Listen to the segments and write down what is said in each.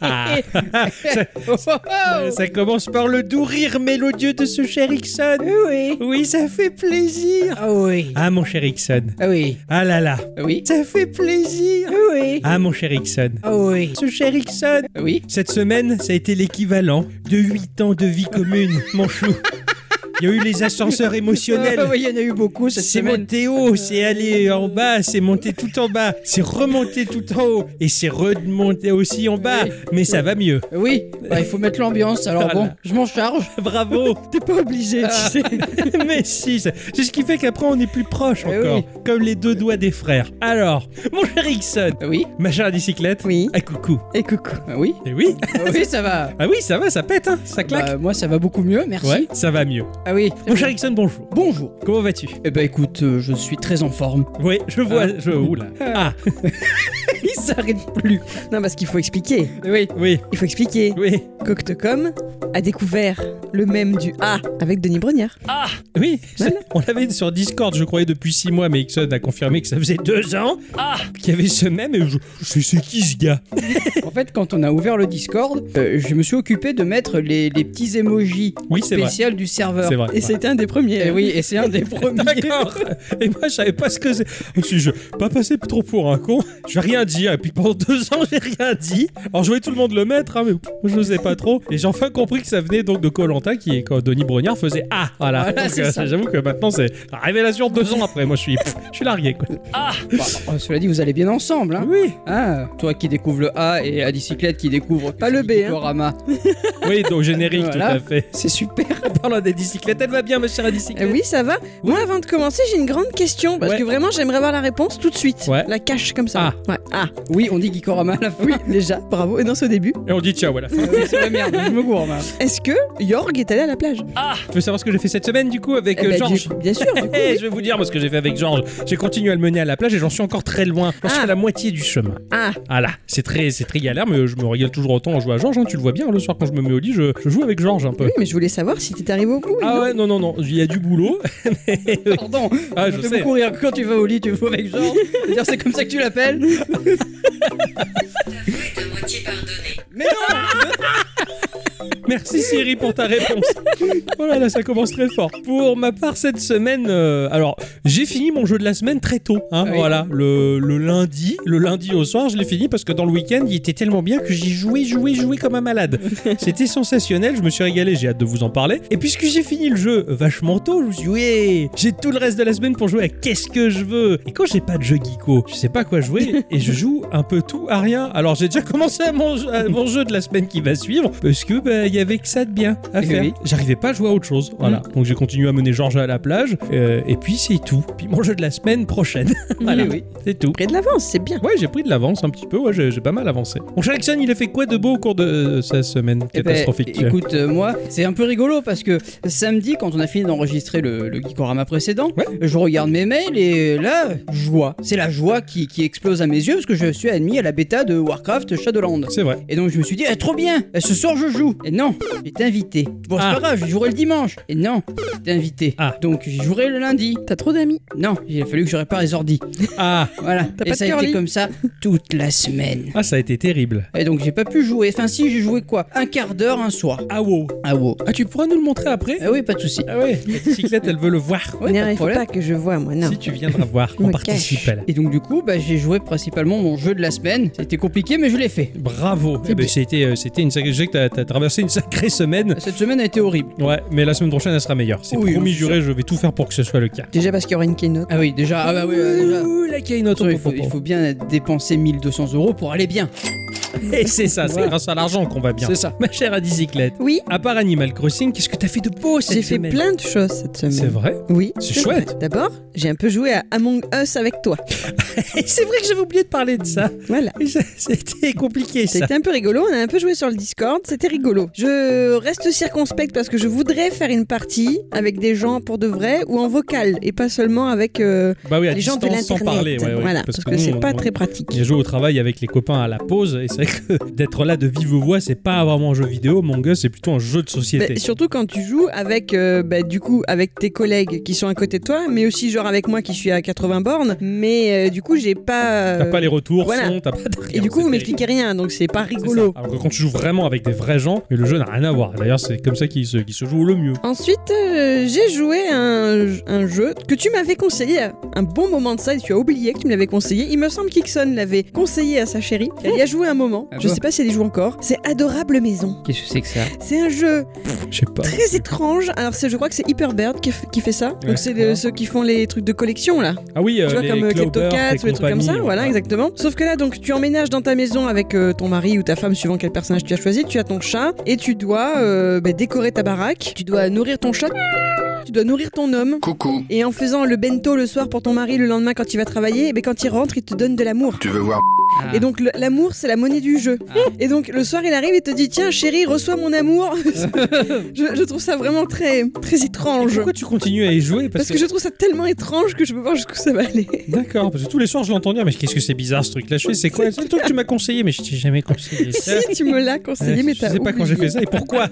Ah. ça, ça- Ah ça commence par le doux rire mélodieux de ce cher Ixon. Oui. Oui, ça fait plaisir. Ah oui. Ah, mon cher Ixon. Ah oui. Ah là là. Ah oui. Ça fait plaisir. Ah oui. Ah, mon cher Ixon. Ah oui. Ce cher Ixon. Ah oui. Cette semaine, ça a été l'équivalent de 8 ans de vie commune, mon chou. Il y a eu les ascenseurs émotionnels. Ah oui, il y en a eu beaucoup cette C'est semaine. monté haut, c'est allé en bas, c'est monté tout en bas, c'est remonté tout en haut et c'est remonté aussi en bas, Oui. mais ça va mieux. Ah Oui, Bah, il faut mettre l'ambiance, alors Ah bon, là. je m'en charge. Bravo, t'es pas obligé, tu sais. Mais si, ça- c'est ce qui fait qu'après on est plus proche Eh encore, oui. comme les deux doigts des frères. Alors, mon cher Ixon, Ah oui, ma chère bicyclette, oui, ah coucou. et coucou. Ah oui, Et oui, ah oui, ça va. ah oui, ça va, ça pète, hein, ça claque. Bah, moi, ça va beaucoup mieux, merci. ouais, ça va mieux. Ah oui. Mon cher Ixon, bonjour. Bonjour. Comment vas-tu Eh ben écoute, euh, je suis très en forme. Oui, je vois, Ah. je... Oula. Ah, Il s'arrête plus. Non, parce qu'il faut expliquer. Ah Oui. oui, Il faut expliquer. oui, Coctecom a découvert le même du A avec Denis Brognard. oui. Voilà. c'est- On l'avait sur Discord, je croyais, depuis six mois, mais Ixon a confirmé que ça faisait deux ans qu'il y avait ce même. Et je... C'est c'est qui ce gars En fait, quand on a ouvert le Discord, euh, je me suis occupé de mettre les, les petits emojis Oui, c'est vrai. spéciaux du serveur. C'est vrai. Et c'était un des premiers. Et oui, et c'est un des premiers. D'accord. Et moi, je savais pas ce que c'est. Je me suis dit, je vais pas passer trop pour un con. J'ai rien dit. Et puis pendant deux ans, j'ai rien dit. Alors, je voyais tout le monde le mettre, hein, mais je n'osais pas trop. Et j'ai enfin compris que ça venait donc de Colanta, qui est quand Denis Brognard faisait Ah Voilà. Voilà, Donc, c'est euh, ça. J'avoue que maintenant, c'est la révélation deux ans après. Moi, je suis, pff, je suis largué, quoi. Bon, euh, cela dit, vous allez bien ensemble, hein Oui. Ah, toi qui découvres le A et la bicyclette qui découvre Pas le B, hein. Diorama. Oui, donc générique, Voilà. tout à fait. C'est super. En parlant des bicyclettes, elle va bien, ma chère Eh bicyclette. oui, ça va. Moi, avant de commencer, j'ai une grande question parce Ouais. que vraiment, j'aimerais avoir la réponse tout de suite. Ouais. La cache comme ça. Ouais. Ah. Oui, on dit Gikorama à la fin. Oui, déjà. Bravo. Et non, c'est au début. Ah, Et on dit ciao à la fin. Ah oui, c'est la merde, je me gourme. hein. Est-ce que Jorg est allé à la plage Tu veux savoir ce que j'ai fait cette semaine, du coup, avec Eh euh, ben, Ah, Georges du- Bien sûr. du coup, Eh, oui. je vais vous dire moi, ce que j'ai fait avec Georges. J'ai continué à le mener à la plage et j'en suis encore très loin. J'en suis Ah. à la moitié du chemin. Ah. Ah là, c'est très, c'est très galère, mais euh, je me régale toujours autant en jouant à Georges. hein. Tu le vois bien, le soir quand je me mets au lit, je, je joue avec Georges un peu. Oui, mais je voulais savoir si t'étais arrivé au bout. Ah ouais, non, non, non, il y a du boulot. Mais oui. Pardon. Ah, Ça je me fait sais. beaucoup rire. Quand tu vas au lit, tu vois avec Georges. C'est-à-dire, C'est comme ça que tu l'appelles. Mais non Merci Siri pour ta réponse. Oh là là, ça commence très fort. Pour ma part, cette semaine, euh, alors j'ai fini mon jeu de la semaine très tôt. hein, Ah oui. Voilà, le, le lundi, le lundi au soir, je l'ai fini parce que dans le week-end, il était tellement bien que j'y jouais, jouais, jouais comme un malade. C'était sensationnel, je me suis régalé, j'ai hâte de vous en parler. Et puisque j'ai fini le jeu vachement tôt, je me suis dit, ouais, j'ai tout le reste de la semaine pour jouer à qu'est-ce que je veux. Et quand j'ai pas de jeu geeko, je sais pas quoi jouer et je joue un peu tout à rien. Alors j'ai déjà commencé à mon, à mon jeu de la semaine qui va suivre parce que bah, il y avait que ça de bien à Eh faire. oui. Mm. J'arrivais pas à jouer à autre chose. Voilà. Donc j'ai continué à mener Georges à la plage euh, et puis c'est tout. Puis mon jeu de la semaine prochaine. voilà. Oui, oui. C'est tout. Près de l'avance, c'est bien. Ouais, j'ai pris de l'avance un petit peu, ouais, j'ai j'ai pas mal avancé. Mon cher Jackson, il a fait quoi de beau au cours de euh, sa semaine Eh ben, catastrophique écoute, euh, moi, c'est un peu rigolo parce que samedi, quand on a fini d'enregistrer le, le Geekorama précédent, Ouais. je regarde mes mails et là, joie. C'est la joie qui, qui explose à mes yeux parce que je suis admis à la bêta de Warcraft Shadowlands. C'est vrai. Et donc je me suis dit, Eh, trop bien, Eh, ce soir je joue. Et non, j'étais invité. Bon, c'est Ah. pas grave, je jouerai le dimanche. Et non, j'étais invité. Ah. Donc j'y jouerai le lundi. T'as trop d'amis. Non, il a fallu que je répare les ordi. Ah, Voilà. T'as Et pas de ça a été curly comme ça toute la semaine. ah, ça a été terrible. Et donc j'ai pas pu jouer. Enfin si, j'ai joué quoi Un quart d'heure un soir. Ah wow. Ah wow. Ah, tu pourras nous le montrer après Ah oui, pas de souci. Ah ouais, la bicyclette, elle veut le voir. Ouais, non, pas de il faut problème. pas que je vois, moi, non. Si tu viendras voir, on Me participe à la... Et donc du coup, bah, j'ai joué principalement mon jeu de la semaine. C'était compliqué, mais je l'ai fait. Bravo. C'est Eh ben, bien. C'était euh, c'était une sacrée. Je sais que t'as- t'as traversé une sacrée semaine. Cette semaine a été horrible. Ouais, mais la semaine prochaine, elle sera meilleure. C'est Oui, promis, oui, juré, je vais tout faire pour que ce soit le cas. Déjà parce qu'il y aura une keynote. Ah oui, déjà. Ah bah oui, ouais, déjà. Ouh, la keynote, il, faut, il faut bien dépenser 1200 euros pour aller bien. Et c'est ça, c'est Voilà. grâce à l'argent qu'on va bien. C'est ça. Ma chère à bicyclette, Oui, à part Animal Crossing, qu'est-ce que t'as fait de beau cette j'ai fait semaine plein de choses cette semaine. C'est vrai Oui. C'est vrai. chouette. D'abord, j'ai un peu joué à Among Us avec toi. C'est vrai que j'avais oublié de parler de ça. Voilà. C'était compliqué ça. C'était un peu rigolo, on a un peu joué sur le Discord, c'était rigolo. Je reste circonspecte parce que je voudrais faire une partie avec des gens pour de vrai ou en vocal et pas seulement avec euh, Bah oui, à les gens de distance sans l'internet. parler. ouais, ouais, voilà, parce que, nous, c'est on- pas on- très pratique. J'ai joué au travail avec les copains à la pause et Et c'est vrai que d'être là de vive voix, c'est pas vraiment un jeu vidéo. Manga, c'est plutôt un jeu de société. Bah, surtout quand tu joues avec, euh, bah, du coup, avec tes collègues qui sont à côté de toi, mais aussi genre avec moi qui suis à 80 bornes. Mais euh, du coup, j'ai pas. euh, T'as pas les retours, voilà. son, t'as pas de rien, c'est Et du coup, vous terrible. m'expliquez rien, donc c'est pas C'est ça. rigolo. Alors que quand tu joues vraiment avec des vrais gens, mais le jeu n'a rien à voir. D'ailleurs, c'est comme ça qu'il se, qu'il se joue le mieux. Ensuite, euh, j'ai joué à un, un jeu que tu m'avais conseillé à un bon moment de ça et tu as oublié que tu me l'avais conseillé. Il me semble qu'Ixon l'avait conseillé à sa chérie. Elle y a joué un moment. Ah Je bon sais pas si elle y joue encore. C'est Adorable Maison. Qu'est-ce que c'est que ça C'est un jeu Je sais pas. très étrange. Alors, c'est- je crois que c'est Hyperbird qui, f- qui fait ça. Ouais. Donc, c'est le- ceux qui font les trucs de collection là. Ah oui, euh, tu vois, les comme euh, Clawbirds, Klepto Cats les ou des trucs comme ça, compagnies, voilà, exactement. Sauf que là, donc, tu emménages dans ta maison avec euh, ton mari ou ta femme, suivant quel personnage tu as choisi, tu as ton chat, et tu dois euh, bah, décorer ta baraque, tu dois nourrir ton chat, tu dois nourrir ton homme, Coucou, et en faisant le bento le soir pour ton mari, le lendemain quand il va travailler, eh ben, quand il rentre, il te donne de l'amour. tu veux voir Ah. Et donc le- l'amour, c'est la monnaie du jeu. Ah. Et donc le soir, il arrive et te dit tiens chérie, reçois mon amour. je, je trouve ça vraiment très très Et étrange. Pourquoi tu continues à y jouer Parce que je trouve ça tellement étrange que je peux voir jusqu'où ça va aller. D'accord, parce que tous les soirs je l'entends dire, mais qu'est-ce que c'est bizarre ce truc-là Je fais, c'est quoi C'est le truc que tu m'as conseillé, mais je t'ai jamais conseillé ça. si tu me l'as conseillé, Euh, mais je t'as sais pas quand j'ai fait ça et pourquoi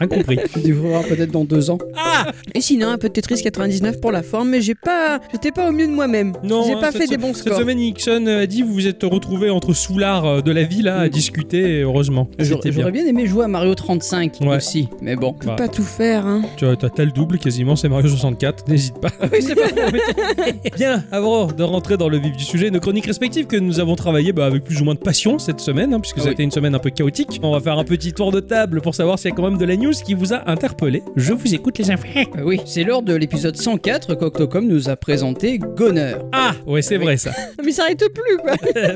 Incompris. Tu découvriras peut-être dans deux ans. Ah Et sinon, un peu de Tetris 99 pour la forme, mais j'ai pas, j'étais pas au mieux de moi-même. Non, j'ai hein, pas cette fait des se- bons Cette scores. semaine, Nixon a dit vous vous êtes retrouvés entre soulards euh, de la ville là, à discuter, et heureusement. J'aurais C'était bien. j'aurais bien aimé jouer à Mario 35 Ouais. aussi, mais bon. Bah, Pas tout faire, hein. tu as, t'as- t'as le double quasiment, c'est Mario 64, n'hésite Ah pas. Oui, c'est pas Bien, avant de rentrer dans le vif du sujet, nos chroniques respectives que nous avons travaillées bah, avec plus ou moins de passion cette semaine, hein, puisque Ah ça a oui. été une semaine un peu chaotique. On va faire un petit tour de table pour savoir s'il y a quand même de la news qui vous a interpellé. Je vous écoute les enfants. Bah Oui, c'est lors de l'épisode 104 qu'Octocom nous a présenté Goner. Ah, ouais, c'est Oui. vrai ça. Mais ça arrête plus, quoi.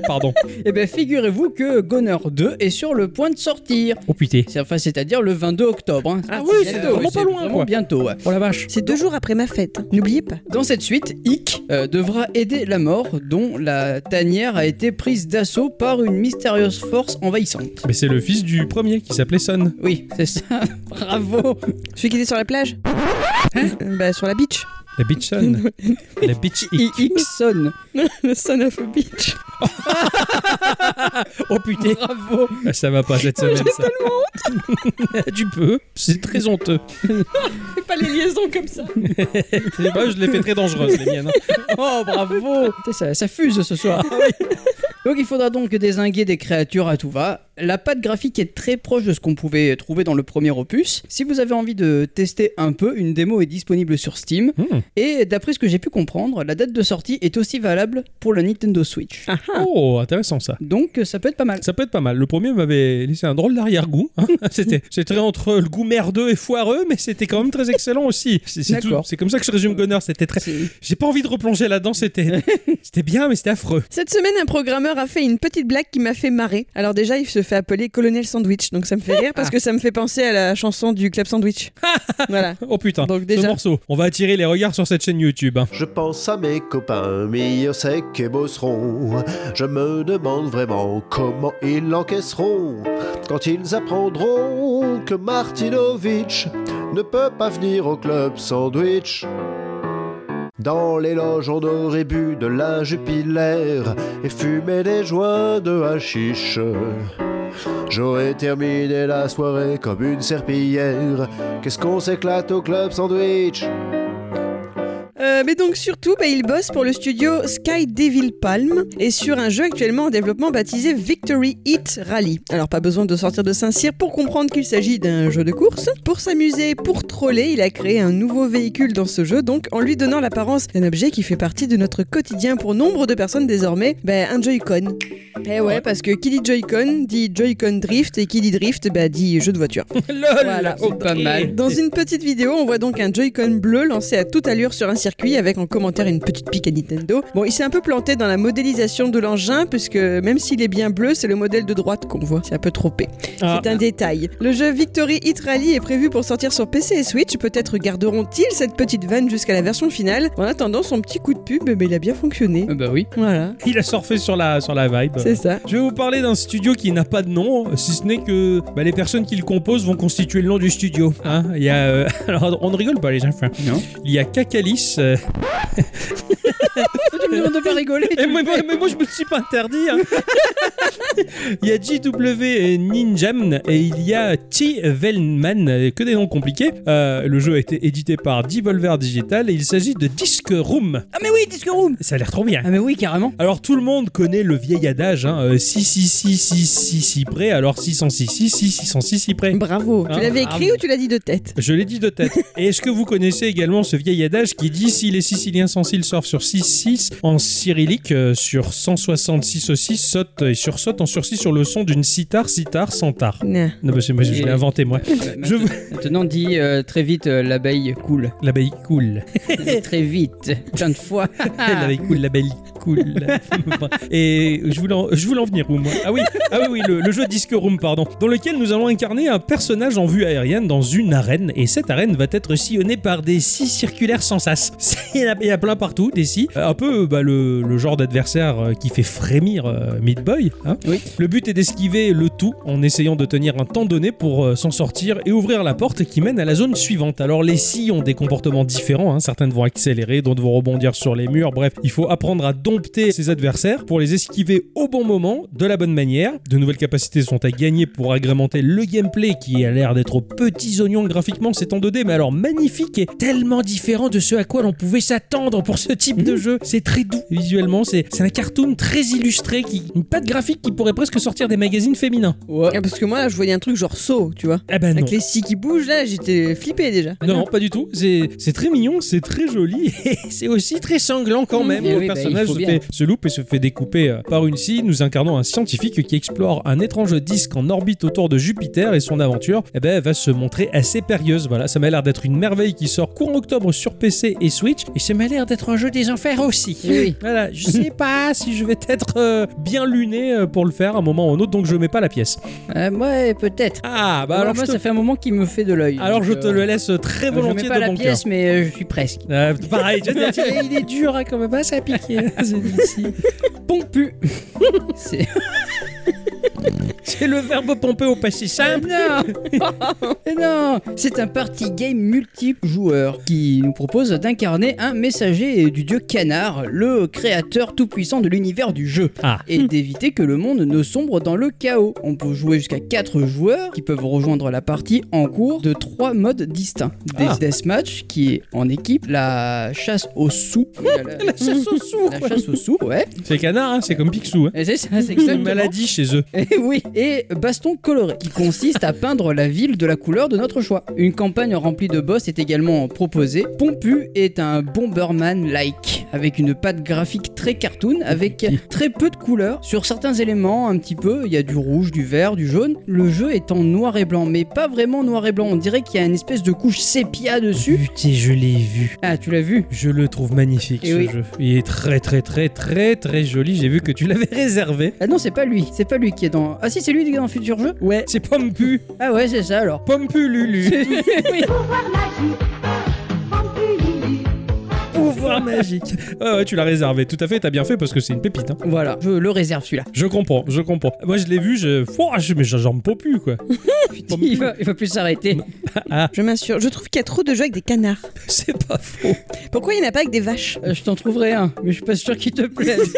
Pardon. Eh bien, figurez-vous que Goner 2 est sur le point de sortir. Oh putain. C'est- Enfin, c'est-à-dire le 22 octobre. hein. Ah oui, c'est vraiment pas loin, vraiment quoi. bientôt. ouais. Oh la vache. C'est deux jours après ma fête, hein. n'oubliez pas. Dans cette suite, Ick euh, devra aider la mort dont la tanière a été prise d'assaut par une mystérieuse force envahissante. Mais c'est le fils du premier qui s'appelait Son. Oui, c'est ça. Bravo. Celui qui était sur la plage Hein Euh, Bah, sur la beach. La bitch Son. la bitch Ick. Ickson. Le son of a beach. Oh putain. Bravo. Ah, Ça va pas cette semaine. ça. tu peux. C'est très honteux. Fais pas les liaisons comme ça. Je sais pas, je l'ai fait très dangereuse, les miennes. hein. Oh, bravo. Putain, ça, ça fuse ce soir. Ah Donc il faudra donc désinguer des créatures à tout va. La patte graphique est très proche de ce qu'on pouvait trouver dans le premier opus. Si vous avez envie de tester un peu, une démo est disponible sur Steam. Hmm. Et d'après ce que j'ai pu comprendre, la date de sortie est aussi valable pour le Nintendo Switch. Oh, intéressant ça. Donc euh, ça peut être pas mal. Ça peut être pas mal. Le premier m'avait laissé un drôle d'arrière-goût. hein. c'était, c'était entre le goût merdeux et foireux, mais c'était quand même très excellent aussi. C'est, c'est D'accord. tout. C'est comme ça que je résume Gunner. C'était très. C'est- J'ai pas envie de replonger là-dedans. C'était, c'était bien, mais c'était affreux. Cette semaine, un programmeur a fait une petite blague qui m'a fait marrer. Alors, déjà, il se fait appeler Colonel Sandwich, donc ça me fait rire Ah. parce que ça me fait penser à la chanson du Club Sandwich. voilà. Oh putain. Donc, Ce déjà- morceau. On va attirer les regards sur cette chaîne YouTube. hein. Je pense à mes copains, meilleurs secs et bosserons. Je me demande vraiment comment ils l'encaisseront quand ils apprendront que Martinovitch ne peut pas venir au club sandwich. Dans les loges, on aurait bu de la jupilaire et fumé des joints de hashish. J'aurais terminé la soirée comme une serpillière. Qu'est-ce qu'on s'éclate au club sandwich? Euh, mais donc surtout, bah, il bosse pour le studio Sky Devil Palm et sur un jeu actuellement en développement baptisé Victory Hit Rally. Alors pas besoin de sortir de Saint-Cyr pour comprendre qu'il s'agit d'un jeu de course. Pour s'amuser, pour troller, il a créé un nouveau véhicule dans ce jeu, donc en lui donnant l'apparence d'un objet qui fait partie de notre quotidien pour nombre de personnes désormais, bah, un Joy-Con. Eh ouais, parce que qui dit Joy-Con dit Joy-Con Drift et qui dit Drift bah, dit jeu de voiture. Lol. Voilà. c'est Oh, pas mal. Dans une petite vidéo, on voit donc un Joy-Con bleu lancé à toute allure sur un circuit avec en commentaire une petite pique à Nintendo. Bon, il s'est un peu planté dans la modélisation de l'engin puisque même s'il est bien bleu, c'est le modèle de droite qu'on voit. C'est un peu trop Ah. c'est un détail. Le jeu Victory Hit Rally est prévu pour sortir sur PC et Switch. Peut-être garderont-ils cette petite vanne jusqu'à la version finale. En attendant, son petit coup de pub, mais il a bien fonctionné. Euh, Bah oui. Voilà, Il a surfé sur la, sur la vibe. c'est ça. Je vais vous parler d'un studio qui n'a pas de nom, si ce n'est que bah, les personnes qui le composent vont constituer le nom du studio. hein. Il y a, euh, alors, on ne rigole pas les enfants. Non. Il y a Cacalis. euh, Oh, tu me demandes de pas rigoler. et moi, moi- mais moi, je me suis pas interdit. hein. Il y a JW Ninjam et il y a T. Velman, que des noms compliqués. Euh, le jeu a été édité par Devolver Digital et il s'agit de Disc Room. Ah, mais oui, Disc Room Ça a l'air trop bien. Ah, mais oui, carrément. Alors tout le monde connaît le vieil adage, hein, euh, si si si si si si près, alors 606 si si 606 si près. Bravo. Ah, tu l'avais écrit bravo. ou tu l'as dit de tête Je l'ai dit de tête. Et est-ce que vous connaissez également ce vieil adage qui dit si les Siciliens sans s'ils surfent sur 6-6 en cyrillique euh, sur 166 aussi saute et sursaute en sursis sur le son d'une sitar, sitar, santar. Non. Non, mais c'est moi, je l'ai inventé moi. Je vous- Maintenant, dis euh, très vite, euh, l'abeille coule. L'abeille coule. très vite, plein de fois. Ah. L'abeille coule, l'abeille coule. Et je voulais, en, je voulais en venir où moi Ah oui, ah oui, oui, le, le jeu Disque Room, pardon, dans lequel nous allons incarner un personnage en vue aérienne dans une arène. Et cette arène va être sillonnée par des scies circulaires sans sas. Il y en a, il y en a plein partout, des scies. Un peu bah, le, le genre d'adversaire euh, qui fait frémir euh, Meat Boy. hein. Oui. Le but est d'esquiver le tout en essayant de tenir un temps donné pour euh, s'en sortir et ouvrir la porte qui mène à la zone suivante. Alors les scies ont des comportements différents, hein. certaines vont accélérer, d'autres vont rebondir sur les murs, bref, il faut apprendre à dompter ses adversaires pour les esquiver au bon moment, de la bonne manière. De nouvelles capacités sont à gagner pour agrémenter le gameplay qui a l'air d'être aux petits oignons graphiquement, c'est en 2D, mais alors magnifique et tellement différent de ce à quoi l'on pouvait s'attendre pour ce type de jeu. C'est très doux visuellement, c'est c'est un cartoon très illustré, qui, une patte graphique qui pourrait presque sortir des magazines féminins. Ouais. Ah, Parce que moi, là, je voyais un truc genre saut, tu vois. Ah bah non. Avec les scies qui bougent, là, j'étais flippé déjà. Non, non, pas du tout. C'est c'est très mignon, c'est très joli et c'est aussi très sanglant quand même. Eh Le oui, bah, personnage il faut se, bien. fait- se loupe et se fait découper euh, par une scie. Nous incarnons un scientifique qui explore un étrange disque en orbite autour de Jupiter et son aventure eh ben, va se montrer assez périlleuse. Voilà, ça m'a l'air d'être une merveille qui sort courant octobre sur PC et Switch et ça m'a l'air d'être un jeu des enfers aussi. Oui. Voilà, je sais pas si je vais être euh, bien luné euh, pour le faire à un moment ou un autre, donc je mets pas la pièce. Euh, ouais, peut-être. Ah, bah alors, moi, je te... ça fait un moment qu'il me fait de l'œil. alors donc, je te euh, le laisse très Je volontiers mets pas de la mon cœur. pièce, mais euh, je suis presque. Euh, pareil, je te dis, il est dur hein, quand même, hein, ça a piqué. hein, ce Dixie. Pompu, C'est c'est le verbe pomper au passé simple. non, Mais Ah non. C'est un party game multijoueur qui nous propose d'incarner un messager du dieu Canard, le créateur tout-puissant de l'univers du jeu, Ah. et d'éviter que le monde ne sombre dans le chaos. On peut jouer jusqu'à 4 joueurs qui peuvent rejoindre la partie en cours de 3 modes distincts. Des Ah. deathmatch qui est en équipe, la chasse au sous, la, chasse au sou, la quoi. chasse au sous, ouais. C'est canard, hein, c'est comme Picsou. Hein. Et c'est ça, c'est C'est une exactement. maladie chez eux. Eh oui, et baston coloré, qui consiste à peindre la ville de la couleur de notre choix. Une campagne remplie de boss est également proposée. Pompu est un Bomberman-like, avec une patte graphique très cartoon, avec très peu de couleurs. Sur certains éléments, un petit peu, il y a du rouge, du vert, du jaune. Le jeu est en noir et blanc, mais pas vraiment noir et blanc. On dirait qu'il y a une espèce de couche sépia dessus. Putain, je l'ai vu. Ah, tu l'as vu Je le trouve magnifique Eh ce oui. jeu. Il est très très très très très joli. J'ai vu que tu l'avais réservé. Ah non, c'est pas lui. C'est pas lui qui est dans... Ah si, c'est lui qui est dans le futur jeu Ouais, c'est Pompu. Ah ouais, c'est ça alors. Pompu Lulu. Oui. Pouvoir magique. Ouais, ouais, tu l'as réservé. Tout à fait, t'as bien fait parce que c'est une pépite. hein. Voilà, je le réserve celui-là. Je comprends, je comprends. Moi, je l'ai vu, je. Fouah, je... Mais j'en plus, quoi. Il va, il va plus s'arrêter. Je m'assure. Je trouve qu'il y a trop de jeux avec des canards. C'est pas faux. Pourquoi il n'y en a pas avec des vaches Euh, Je t'en trouverai un, mais je suis pas sûr qu'il te plaise.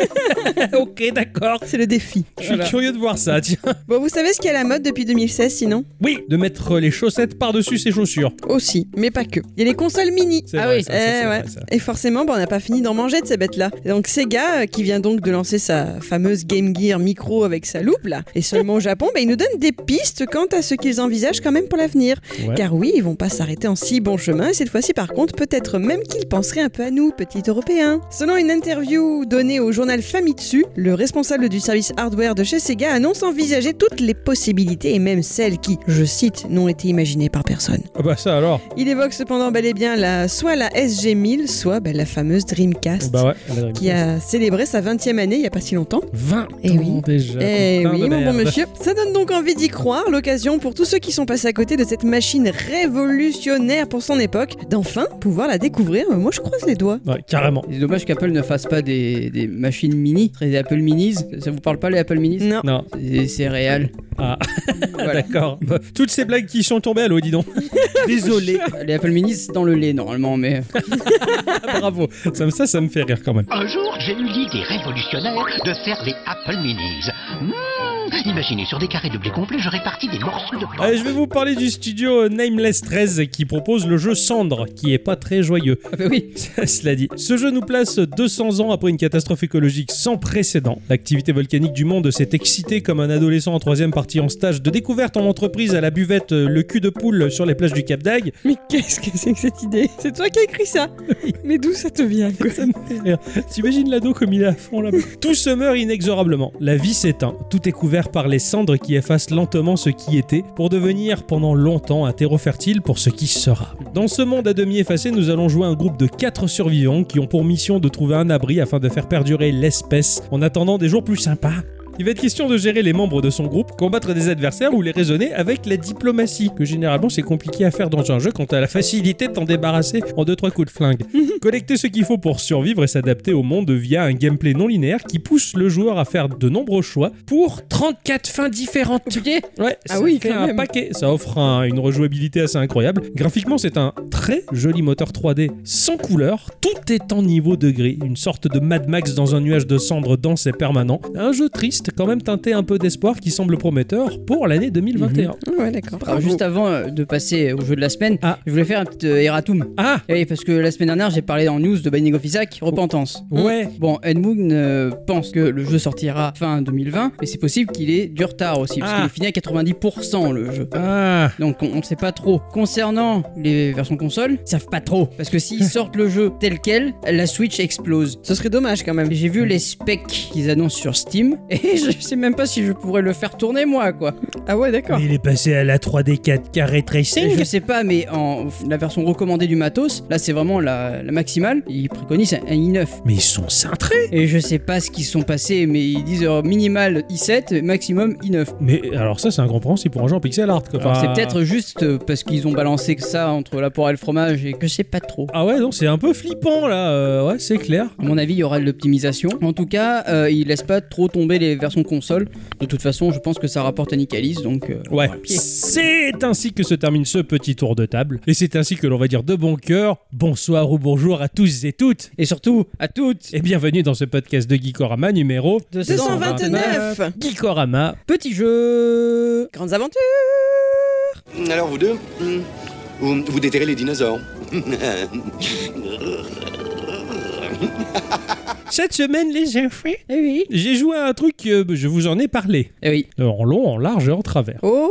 ok, d'accord. C'est le défi. Je suis Voilà. curieux de voir ça, tiens. Bon, vous savez ce qui est à la mode depuis 2016 sinon Oui, de mettre les chaussettes par-dessus ses chaussures. Aussi, mais pas que. Il y a les consoles mini. C'est Ah vrai, oui, ça, ça, c'est Eh vrai, ouais. ça. Et forcément, bah, on n'a pas fini d'en manger de ces bêtes-là. Et Donc Sega, euh, qui vient donc de lancer sa fameuse Game Gear Micro avec sa loupe, là, et seulement au Japon, bah, ils nous donnent des pistes quant à ce qu'ils envisagent quand même pour l'avenir. Ouais. Car oui, ils vont pas s'arrêter en si bon chemin, et cette fois-ci par contre, peut-être même qu'ils penseraient un peu à nous, petits Européens. Selon une interview donnée au journal Famitsu, le responsable du service hardware de chez Sega annonce envisager toutes les possibilités, et même celles qui, je cite, n'ont été imaginées par personne. Ah bah ça alors. Il évoque cependant bel et bien la, soit la SG-1000, soit bah, la fameuse Dreamcast, Bah ouais. elle a- qui a célébré sa 20e année il n'y a pas si longtemps. 20 Eh ans oui. déjà. Eh putain oui, de mon bon merde. monsieur. Ça donne donc envie d'y croire, l'occasion pour tous ceux qui sont passés à côté de cette machine révolutionnaire pour son époque, d'enfin pouvoir la découvrir. Moi, je croise les doigts. Ouais, carrément. C'est dommage qu'Apple ne fasse pas des, des machines mini, des Apple Minis. Ça vous parle pas les Apple Minis Non. Non, C'est- C'est réel. Ah. Voilà. d'accord. Bah, Toutes ces blagues qui sont tombées à l'eau, dis donc. Désolé. Les Apple Minis c'est dans le lait normalement, mais euh, Ah, bravo. bravo. Ça, me- ça, ça me fait rire quand même. Un jour, j'ai eu l'idée révolutionnaire de faire des Apple Minis. Hmm, imaginez, sur des carrés de blé complet, je répartis des morceaux de pain. Allez, je vais vous parler du studio Nameless 13 qui propose le jeu Cendre, qui est pas très joyeux. Ah bah oui. Cela dit, ce jeu nous place 200 ans après une catastrophe écologique sans précédent. L'activité volcanique du monde s'est excitée comme un adolescent en troisième partie en stage de découverte en entreprise à la buvette euh, le cul de poule sur les plages du Cap d'Agde. Mais qu'est-ce que c'est que cette idée C'est toi qui as écrit ça Mais d'où ça te vient quoi Ça me fait rire. T'imagines l'ado comme il est à fond là-bas Tout se meurt inexorablement. La vie s'éteint. Tout est couvert par les cendres qui effacent lentement ce qui était pour devenir pendant longtemps un terreau fertile pour ce qui sera. Dans ce monde à demi effacé, nous allons jouer un groupe de 4 survivants qui ont pour mission de trouver un abri afin de faire perdurer l'espèce en attendant des jours plus sympas. Il va être question de gérer les membres de son groupe, combattre des adversaires ou les raisonner avec la diplomatie, que généralement c'est compliqué à faire dans un jeu quant à la facilité de t'en débarrasser en 2-3 coups de flingue. Collecter ce qu'il faut pour survivre et s'adapter au monde via un gameplay non linéaire qui pousse le joueur à faire de nombreux choix pour 34 fins différentes. Ouais, Ah ça oui, fait quand un même. paquet. Ça offre un- une rejouabilité assez incroyable. Graphiquement, c'est un très joli moteur 3D sans couleur. Tout est en niveau de gris. Une sorte de Mad Max dans un nuage de cendres dense et permanent. Un jeu triste, quand même teinté un peu d'espoir qui semble prometteur pour l'année 2021. Ouais, d'accord. Alors, juste avant euh, de passer au jeu de la semaine, Ah. je voulais faire un petit euh, erratum. Ah, Eh Oui, parce que la semaine dernière, j'ai parlé en news de Binding of Isaac, Repentance. Mmh. ouais. Bon, Ed Moon euh, pense que le jeu sortira fin 2020, mais c'est possible qu'il ait du retard aussi, parce Ah. qu'il est fini à 90% le jeu. Ah, Donc on ne sait pas trop. Concernant les versions console, ils savent pas trop. Parce que s'ils sortent le jeu tel quel, la Switch explose. Ce serait dommage quand même. J'ai vu les specs qu'ils annoncent sur Steam, et je sais même pas si je pourrais le faire tourner moi, quoi. Ah ouais, d'accord. mais il est passé à la 3D 4K Ray Tracing. Je sais pas, mais en la version recommandée du matos, là c'est vraiment la, la maximale, ils préconisent un i9. Mais ils sont cintrés Et je sais pas ce qu'ils sont passés, mais ils disent euh, minimal i7, maximum i9. Mais alors ça, c'est un grand principe pour un jeu en pixel art. quoi. Alors, Ah. Enfin, C'est peut-être juste euh, parce qu'ils ont balancé que ça entre la poire et le fromage et que je sais pas trop. Ah ouais, non, c'est un peu flippant là. euh, ouais, c'est clair. À mon avis, il y aura de l'optimisation. En tout cas, euh, il laisse pas trop tomber les versions console. De toute façon, je pense que ça rapporte à Nicalis, donc. euh, Ouais. voilà. C'est ainsi que se termine ce petit tour de table. Et c'est ainsi que l'on va dire de bon cœur, bonsoir ou bonjour à tous et toutes. Et surtout, à toutes Et bienvenue dans ce podcast de Geekorama numéro 229 Geekorama. Petit jeu Grandes aventures Alors vous deux, hmm, vous, vous déterrez les dinosaures. Cette semaine, les enfants, Eh oui j'ai joué à un truc, euh, je vous en ai parlé. Eh oui, Euh, En long, en large et en travers. Oh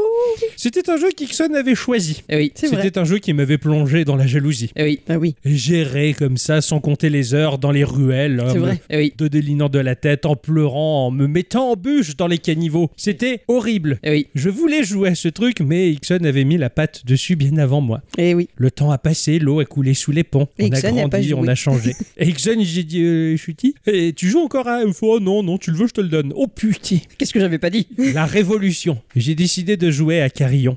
C'était un jeu qu'Ixon avait choisi. eh oui, C'est vrai. C'était un jeu qui m'avait plongé dans la jalousie. eh oui, Ah oui. Et J'errais comme ça, sans compter les heures, dans les ruelles. C'est euh, vrai. eh oui, de délinant de la tête, en pleurant, en me mettant en bûche dans les caniveaux. C'était horrible. eh oui. Je voulais jouer à ce truc, mais Ixon avait mis la patte dessus bien avant moi. Eh oui. Le temps a passé, l'eau a coulé sous les ponts. Et on a Ixon n'a grandi, pas joué. on a changé. Et Ixon, j'ai dit, euh, Chuti, et tu joues encore à une fois Oh Non, non, tu le veux, je te le donne. Oh putain, Qu'est-ce que j'avais pas dit la révolution. J'ai décidé de jouer à Carillon.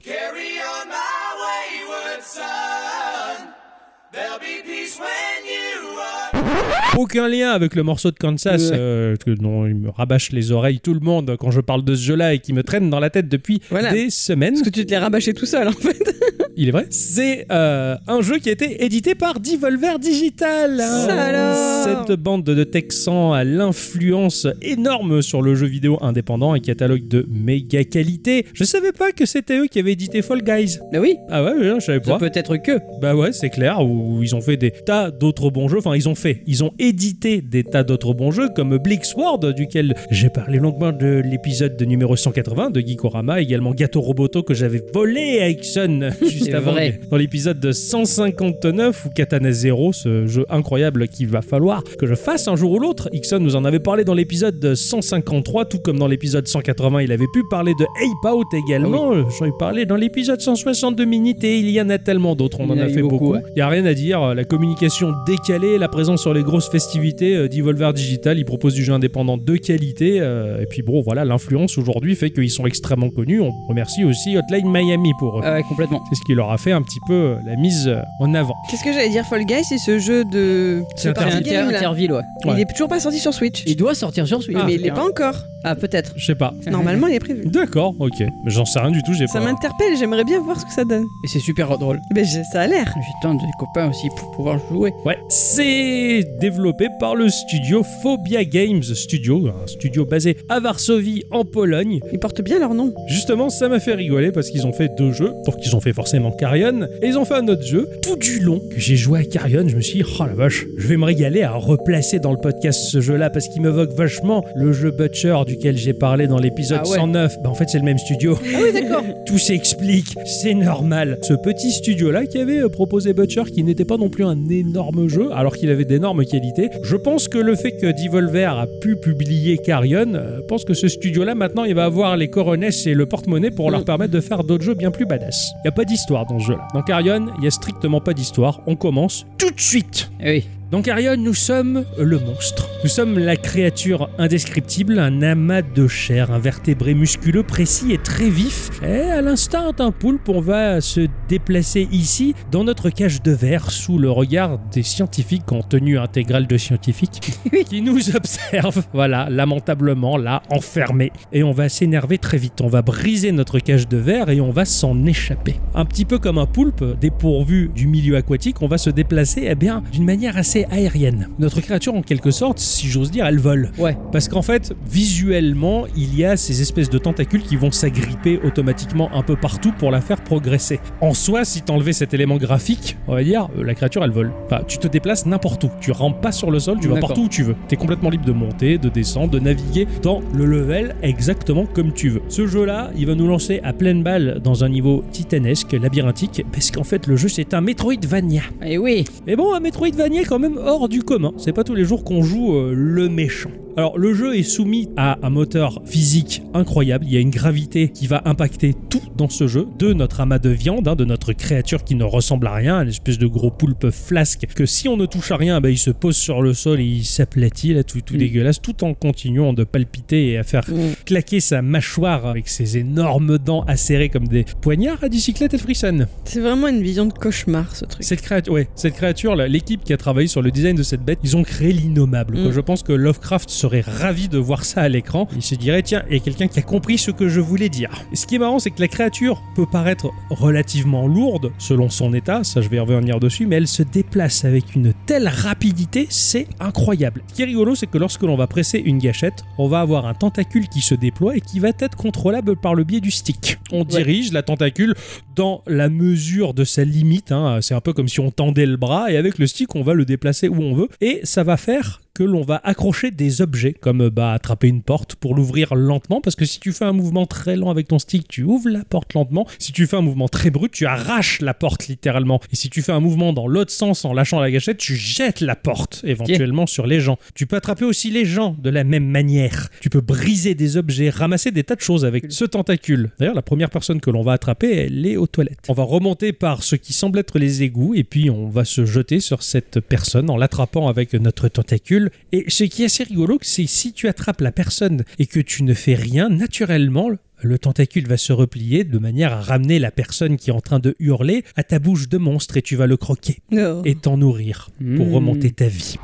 Aucun lien avec le morceau de Kansas Ouais. euh, que, dont il me rabâche les oreilles tout le monde quand je parle de ce jeu-là et qui me traîne dans la tête depuis Voilà. des semaines. Parce que tu te l'es rabâché tout seul en fait. Il est vrai. C'est euh, un jeu qui a été édité par Devolver Digital. hein. Ça alors Cette bande de Texans à l'influence énorme sur le jeu vidéo indépendant et catalogue de méga qualité. Je savais pas que c'était eux qui avaient édité Fall Guys. Bah oui, Ah ouais, ouais, je savais ça pas. peut être que. Bah ouais, c'est clair, où ils ont fait des tas d'autres bons jeux. Enfin, ils ont fait, ils ont édité des tas d'autres bons jeux, comme Blixward, duquel j'ai parlé longuement de l'épisode de numéro 180 de Geekorama, également Gâteau Roboto que j'avais volé à Ixon juste C'est avant, vrai. dans l'épisode de 159 ou Katana Zero, ce jeu incroyable qu'il va falloir que je fasse un jour ou l'autre. Ixon nous en avait parlé dans l'épisode de 153, tout comme dans l'épisode 180, il avait pu parler de Ape Out également. Ah J'en ai parlé dans l'épisode 160 de Minit et il y en a tellement d'autres on en a fait beaucoup. ouais. Il y a rien à dire. euh, La communication décalée, la présence sur les grosses festivités, euh, Devolver Digital, ils proposent du jeu indépendant de qualité. euh, et puis bon, voilà, l'influence aujourd'hui fait qu'ils sont extrêmement connus. On remercie aussi Hotline Miami pour eux. Ah ouais, complètement. C'est ce qui leur a fait un petit peu euh, la mise euh, en avant. Qu'est-ce que j'allais dire Fall Guy C'est ce jeu de. C'est ce party interdit. Inter- game, là. Interville, ouais. Ouais. Il est toujours pas sorti sur Switch. Il doit sortir sur Switch. Ah, mais il l'est pas encore. Ah, peut-être. Je sais pas. Normalement, il est prévu. D'accord, ok. Mais J'en sais rien du tout, j'ai Ça pas. m'interpelle, j'aimerais bien voir ce que ça donne. Et c'est super drôle. Ben, j'ai- ça a l'air. J'ai tant de copains aussi pour pouvoir jouer. Ouais, c'est développé par le studio Phobia Games Studio, un studio basé à Varsovie en Pologne. Ils portent bien leur nom. Justement, ça m'a fait rigoler parce qu'ils ont fait deux jeux, donc ils ont fait forcément Carrion, et ils ont fait un autre jeu. Tout du long que j'ai joué à Carrion, je me suis dit, oh la vache, je vais me régaler à replacer dans le podcast ce jeu-là parce qu'il m'évoque vachement le jeu Butcher duquel j'ai parlé dans l'épisode Ah ouais. 109. Bah en fait, c'est le même studio. Ah oui, d'accord. Tout s'explique, c'est normal. Ce petit studio-là qui avait euh, proposé Butcher, qui n'était pas non plus un énorme jeu, alors qu'il avait d'énormes qualités, je pense que le fait que Devolver a pu publier Carrion, euh, pense que ce studio-là, maintenant, il va avoir les coronets et le porte-monnaie pour leur permettre de faire d'autres jeux bien plus badass. Il n'y a pas d'histoire dans ce jeu-là. Dans Carrion, il n'y a strictement pas d'histoire. On commence tout de suite Eh oui. dans Carrion, nous sommes le monstre. Nous sommes la créature indescriptible, un amas de chair, un vertébré musculeux précis et très vif. Et à l'instar d'un poulpe, on va se déplacer ici dans notre cage de verre sous le regard des scientifiques en tenue intégrale de scientifiques qui nous observent. Voilà, lamentablement, là, enfermés. Et on va s'énerver très vite. On va briser notre cage de verre et on va s'en échapper. Un petit peu comme un poulpe dépourvu du milieu aquatique, on va se déplacer eh bien, d'une manière assez aérienne. Notre créature, en quelque sorte, si j'ose dire, elle vole. Ouais. Parce qu'en fait, visuellement, il y a ces espèces de tentacules qui vont s'agripper automatiquement un peu partout pour la faire progresser. En soi, si t'enlevais cet élément graphique, on va dire, euh, la créature, elle vole. Enfin, tu te déplaces n'importe où. Tu rampes pas sur le sol, tu vas D'accord. partout où tu veux. T'es complètement libre de monter, de descendre, de naviguer dans le level exactement comme tu veux. Ce jeu-là, il va nous lancer à pleine balle dans un niveau titanesque, labyrinthique, parce qu'en fait, le jeu, c'est un Metroidvania. Eh oui. Mais bon, un Metroidvania est quand même hors du commun. C'est pas tous les jours qu'on joue euh, le méchant. Alors le jeu est soumis à un moteur physique incroyable, il y a une gravité qui va impacter tout dans ce jeu, de notre amas de viande, hein, de notre créature qui ne ressemble à rien, une espèce de gros poulpe flasque, que si on ne touche à rien, bah, il se pose sur le sol et il s'aplatit, là tout, tout Mm. dégueulasse, tout en continuant de palpiter et à faire claquer sa mâchoire avec ses énormes dents acérées comme des poignards à bicyclette Elfrison. C'est vraiment une vision de cauchemar, ce truc. Cette créature, ouais, cette créature, là, l'équipe qui a travaillé sur le design de cette bête, ils ont créé l'innommable. quoi. Mm. Je pense que Lovecraft serait ravi de voir ça à l'écran. Il se dirait, tiens, il y a quelqu'un qui a compris ce que je voulais dire. Et ce qui est marrant, c'est que la créature peut paraître relativement lourde selon son état, ça je vais revenir dessus, mais elle se déplace avec une telle rapidité, c'est incroyable. Ce qui est rigolo, c'est que lorsque l'on va presser une gâchette, on va avoir un tentacule qui se déploie et qui va être contrôlable par le biais du stick. On dirige la tentacule dans la mesure de sa limite. hein. C'est un peu comme si on tendait le bras et avec le stick, on va le déplacer où on veut. Et ça va faire que l'on va accrocher des objets, comme bah, attraper une porte pour l'ouvrir lentement, parce que si tu fais un mouvement très lent avec ton stick, tu ouvres la porte lentement. Si tu fais un mouvement très brut, tu arraches la porte littéralement. Et si tu fais un mouvement dans l'autre sens en lâchant la gâchette, tu jettes la porte éventuellement sur les gens. Tu peux attraper aussi les gens de la même manière. Tu peux briser des objets, ramasser des tas de choses avec ce tentacule. D'ailleurs, la première personne que l'on va attraper, elle est aux toilettes. On va remonter par ce qui semble être les égouts et puis on va se jeter sur cette personne en l'attrapant avec notre tentacule. Et ce qui est assez rigolo, c'est si tu attrapes la personne et que tu ne fais rien, naturellement, le tentacule va se replier de manière à ramener la personne qui est en train de hurler à ta bouche de monstre et tu vas le croquer Non. et t'en nourrir pour Mmh. remonter ta vie.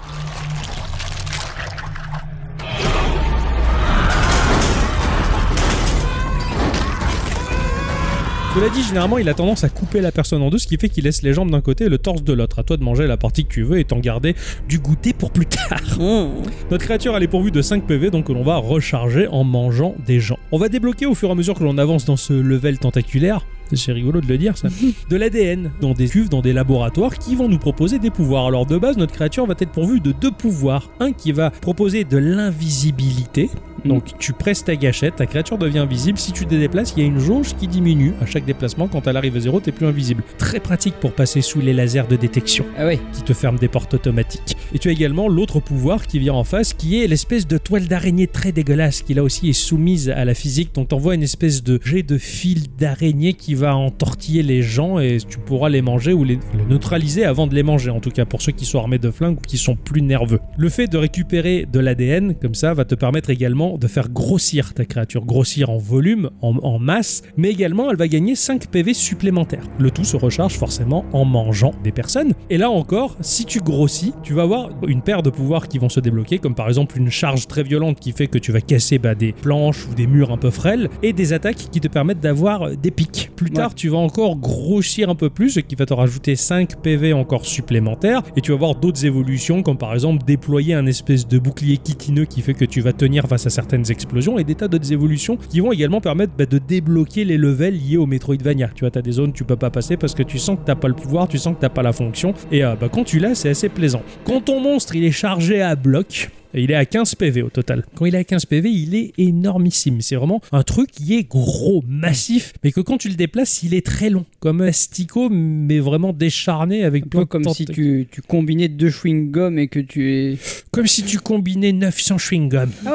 Cela dit, généralement, il a tendance à couper la personne en deux, ce qui fait qu'il laisse les jambes d'un côté et le torse de l'autre. À toi de manger la partie que tu veux et t'en garder du goûter pour plus tard. Mmh. Notre créature elle est pourvue de 5 PV donc que l'on va recharger en mangeant des gens. On va débloquer au fur et à mesure que l'on avance dans ce level tentaculaire. C'est rigolo de le dire ça. De l'ADN dans des cuves, dans des laboratoires qui vont nous proposer des pouvoirs. Alors de base, notre créature va être pourvue de deux pouvoirs. Un qui va proposer de l'invisibilité. Donc tu presses ta gâchette, ta créature devient invisible. Si tu te déplaces, il y a une jauge qui diminue à chaque déplacement. Quand elle arrive à zéro, t'es plus invisible. Très pratique pour passer sous les lasers de détection Ah oui. qui te ferme des portes automatiques. Et tu as également l'autre pouvoir qui vient en face, qui est l'espèce de toile d'araignée très dégueulasse, qui là aussi est soumise à la physique. Donc t'envoies une espèce de jet de fil d'araignée qui va entortiller les gens et tu pourras les manger ou les, les neutraliser avant de les manger, en tout cas pour ceux qui sont armés de flingues ou qui sont plus nerveux. Le fait de récupérer de l'ADN, comme ça, va te permettre également évidemment de faire grossir ta créature, grossir en volume, en, en masse, mais également elle va gagner 5 PV supplémentaires. Le tout se recharge forcément en mangeant des personnes. Et là encore, si tu grossis, tu vas avoir une paire de pouvoirs qui vont se débloquer, comme par exemple une charge très violente qui fait que tu vas casser bah, des planches ou des murs un peu frêles, et des attaques qui te permettent d'avoir des pics. Plus Ouais. tard, tu vas encore grossir un peu plus, ce qui va te rajouter 5 PV encore supplémentaires, et tu vas avoir d'autres évolutions, comme par exemple déployer un espèce de bouclier kitineux qui fait que tu vas tenir face à certaines explosions, et des tas d'autres évolutions qui vont également permettre bah, de débloquer les levels liés au Metroidvania. Tu vois, t'as des zones que tu peux pas passer parce que tu sens que t'as pas le pouvoir, tu sens que t'as pas la fonction, et euh, bah, quand tu l'as, c'est assez plaisant. Quand ton monstre il est chargé à bloc, et il est à 15 PV au total. Quand il est à 15 PV, il est énormissime. C'est vraiment un truc qui est gros, massif, mais que quand tu le déplaces, il est très long. Comme asticot, mais vraiment décharné avec Un plein peu de comme si tentacules. tu, tu combinais deux chewing-gum et que tu es. Comme si tu combinais 900 chewing-gum. Ah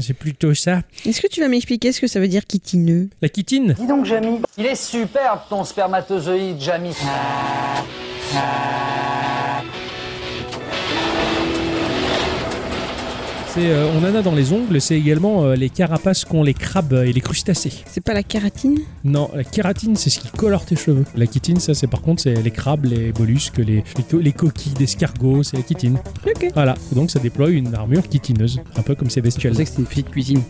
C'est plutôt ça. Est-ce que tu vas m'expliquer ce que ça veut dire kitineux La chitine Dis donc, Jamie. Il est superbe ton spermatozoïde, Jamie. C'est, euh, on en a dans les ongles, c'est également euh, les carapaces qu'ont les crabes et les crustacés. C'est pas la kératine Non, la kératine, c'est ce qui colore tes cheveux. La chitine, ça, c'est par contre, c'est les crabes, les mollusques, les, les, co- les coquilles d'escargots, c'est la chitine. Ok. Voilà, donc ça déploie une armure chitineuse, un peu comme ces Je bestioles. pensais que c'était une petite cuisine.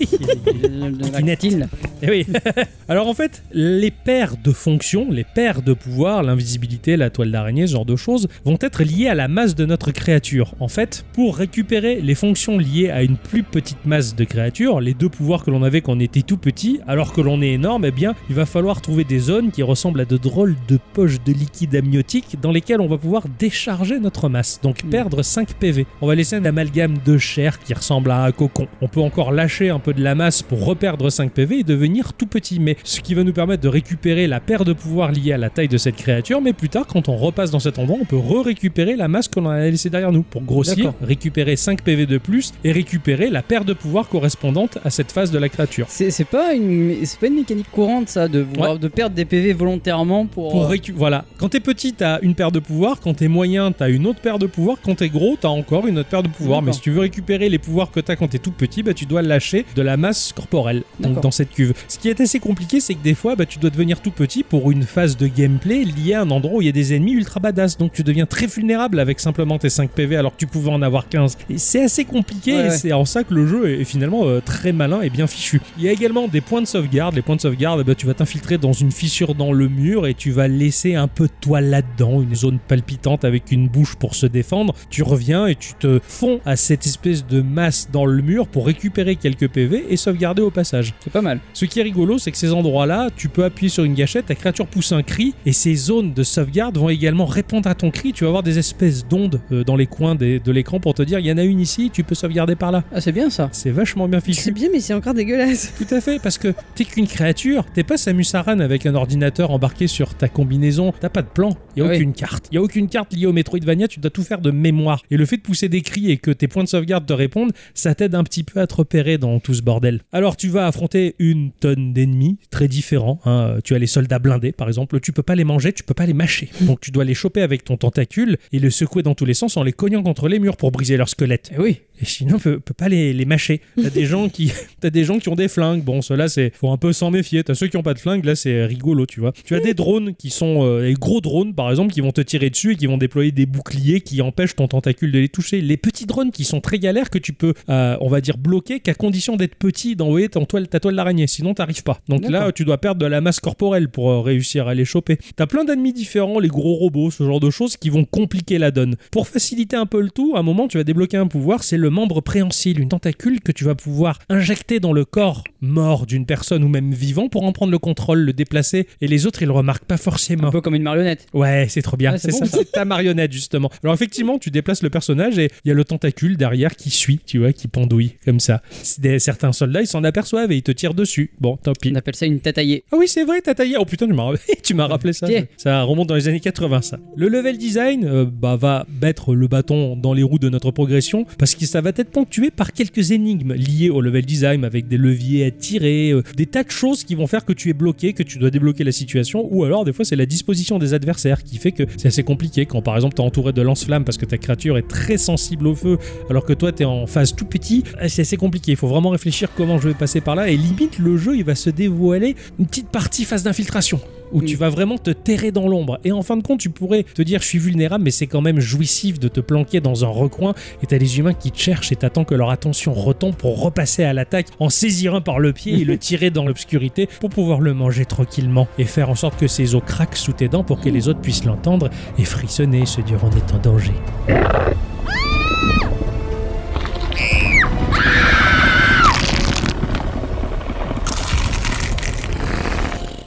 Kitinette. Eh oui. Alors en fait, les paires de fonctions, les paires de pouvoirs, l'invisibilité, la toile d'araignée, ce genre de choses, vont être liées à la masse de notre créature. En fait, pour récupérer les fonctions liées à une plus petite masse de créature, les deux pouvoirs que l'on avait quand on était tout petit, alors que l'on est énorme, eh bien, il va falloir trouver des zones qui ressemblent à de drôles de poches de liquide amniotique dans lesquelles on va pouvoir décharger notre masse, donc Mm. perdre 5 PV. On va laisser un amalgame de chair qui ressemble à un cocon. On peut encore lâcher un peu de la masse pour reperdre 5 PV et devenir tout petit, mais ce qui va nous permettre de récupérer la paire de pouvoir liée à la taille de cette créature, mais plus tard, quand on repasse dans cet endroit, on peut re-récupérer la masse que l'on a laissée derrière nous pour grossir, D'accord. récupérer 5 PV de plus et récupérer la paire de pouvoir correspondante à cette phase de la créature. C'est c'est pas, une- c'est pas une mécanique courante, ça, de, vouloir- de perdre des PV volontairement pour. euh, Pour récu- voilà. Quand t'es petit, t'as une paire de pouvoirs. Quand t'es moyen, t'as une autre paire de pouvoirs. Quand t'es gros, t'as encore une autre paire de pouvoirs. D'accord. Mais si tu veux récupérer les pouvoirs que t'as quand t'es tout petit, bah, tu dois lâcher de la masse corporelle donc, D'accord. dans cette cuve. Ce qui est assez compliqué, c'est que des fois, bah, tu dois devenir tout petit pour une phase de gameplay liée à un endroit où il y a des ennemis ultra badass. Donc tu deviens très vulnérable avec simplement tes 5 PV alors que tu pouvais en avoir 15. Et c'est assez compliqué Ouais, et ouais. c'est en ça que le jeu est finalement euh, très malin et bien fichu. Il y a également des points de sauvegarde. Les points de sauvegarde, eh ben, tu vas t'infiltrer dans une fissure dans le mur et tu vas laisser un peu de toi là-dedans, une zone palpitante avec une bouche pour se défendre. Tu reviens et tu te fonds à cette espèce de masse dans le mur pour récupérer quelques PV et sauvegarder au passage. C'est pas mal. Ce qui est rigolo, c'est que ces endroits-là, tu peux appuyer sur une gâchette, ta créature pousse un cri, et ces zones de sauvegarde vont également répondre à ton cri. Tu vas avoir des espèces d'ondes euh, dans les coins des- de l'écran pour te dire il y en a une ici, tu peux sauvegarder par là. Ah, c'est bien ça. C'est vachement bien C'est fichu. bien, mais c'est encore dégueulasse. Tout à fait, parce que t'es qu'une créature, t'es pas Samus Aran avec un ordinateur embarqué sur ta combinaison, t'as pas de plan, y a Ah Oui. aucune carte. Y a aucune carte liée au Metroidvania, tu dois tout faire de mémoire. Et le fait de pousser des cris et que tes points de sauvegarde te répondent, ça t'aide un petit peu à te repérer dans tout ce bordel. Alors tu vas affronter une tonne d'ennemis très différents. hein. Tu as les soldats blindés par exemple, tu peux pas les manger, tu peux pas les mâcher. Donc tu dois les choper avec ton tentacule et les secouer dans tous les sens en les cognant contre les murs pour briser leur squelette. Eh oui. Et sinon, on peut, peut pas les, les mâcher. T'as des gens qui, t'as des gens qui ont des flingues. Bon, ceux-là, c'est faut un peu s'en méfier. T'as ceux qui ont pas de flingues. Là, c'est rigolo, tu vois. Tu as des drones qui sont euh, des gros drones, par exemple, qui vont te tirer dessus et qui vont déployer des boucliers qui empêchent ton tentacule de les toucher. Les petits drones qui sont très galères que tu peux, euh, on va dire, bloquer qu'à condition d'être petit, et d'envoyer ton toile, ta toile d'araignée. Sinon, t'arrives pas. Donc là, D'accord. Ah, tu dois perdre de la masse corporelle pour euh, réussir à les choper. T'as plein d'ennemis différents, les gros robots, ce genre de choses qui vont compliquer la donne. Pour faciliter un peu le tout, à un moment, tu vas débloquer un pouvoir, c'est le membre préhensile, une tentacule que tu vas pouvoir injecter dans le corps mort d'une personne ou même vivant pour en prendre le contrôle, le déplacer, et les autres, ils le remarquent pas forcément. Un peu comme une marionnette. Ouais, c'est trop bien. Ouais, c'est c'est ça, bon, ça. c'est ta marionnette justement. Alors effectivement, tu déplaces le personnage et il y a le tentacule derrière qui suit, tu vois, qui pendouille comme ça. C'est des- certains soldats, ils s'en aperçoivent et ils te tirent dessus. Bon, tant pis. On appelle ça une tataillée. Ah oui, c'est vrai, Tataya. Oh putain, tu m'as, tu m'as rappelé ça. Tiens. Ça remonte dans les années 80, ça. Le level design euh, bah, va mettre le bâton dans les roues de notre progression parce que ça va être ponctué par quelques énigmes liées au level design avec des leviers à tirer, euh, des tas de choses qui vont faire que tu es bloqué, que tu dois débloquer la situation ou alors des fois c'est la disposition des adversaires qui fait que c'est assez compliqué quand par exemple t'es entouré de lance-flammes parce que ta créature est très sensible au feu alors que toi t'es en phase tout petit, euh, c'est assez compliqué. Il faut vraiment réfléchir comment je vais passer par là et limite le jeu il va se dévoiler une petite partie phase d'infiltration où tu Mm. vas vraiment te terrer dans l'ombre. Et en fin de compte, tu pourrais te dire je suis vulnérable, mais c'est quand même jouissif de te planquer dans un recoin et t'as les humains qui te cherchent et t'attends que leur attention retombe pour repasser à l'attaque, en saisir un par le pied et le tirer dans l'obscurité pour pouvoir le manger tranquillement et faire en sorte que ses os craquent sous tes dents pour que les autres puissent l'entendre et frissonner, se dire on est en danger.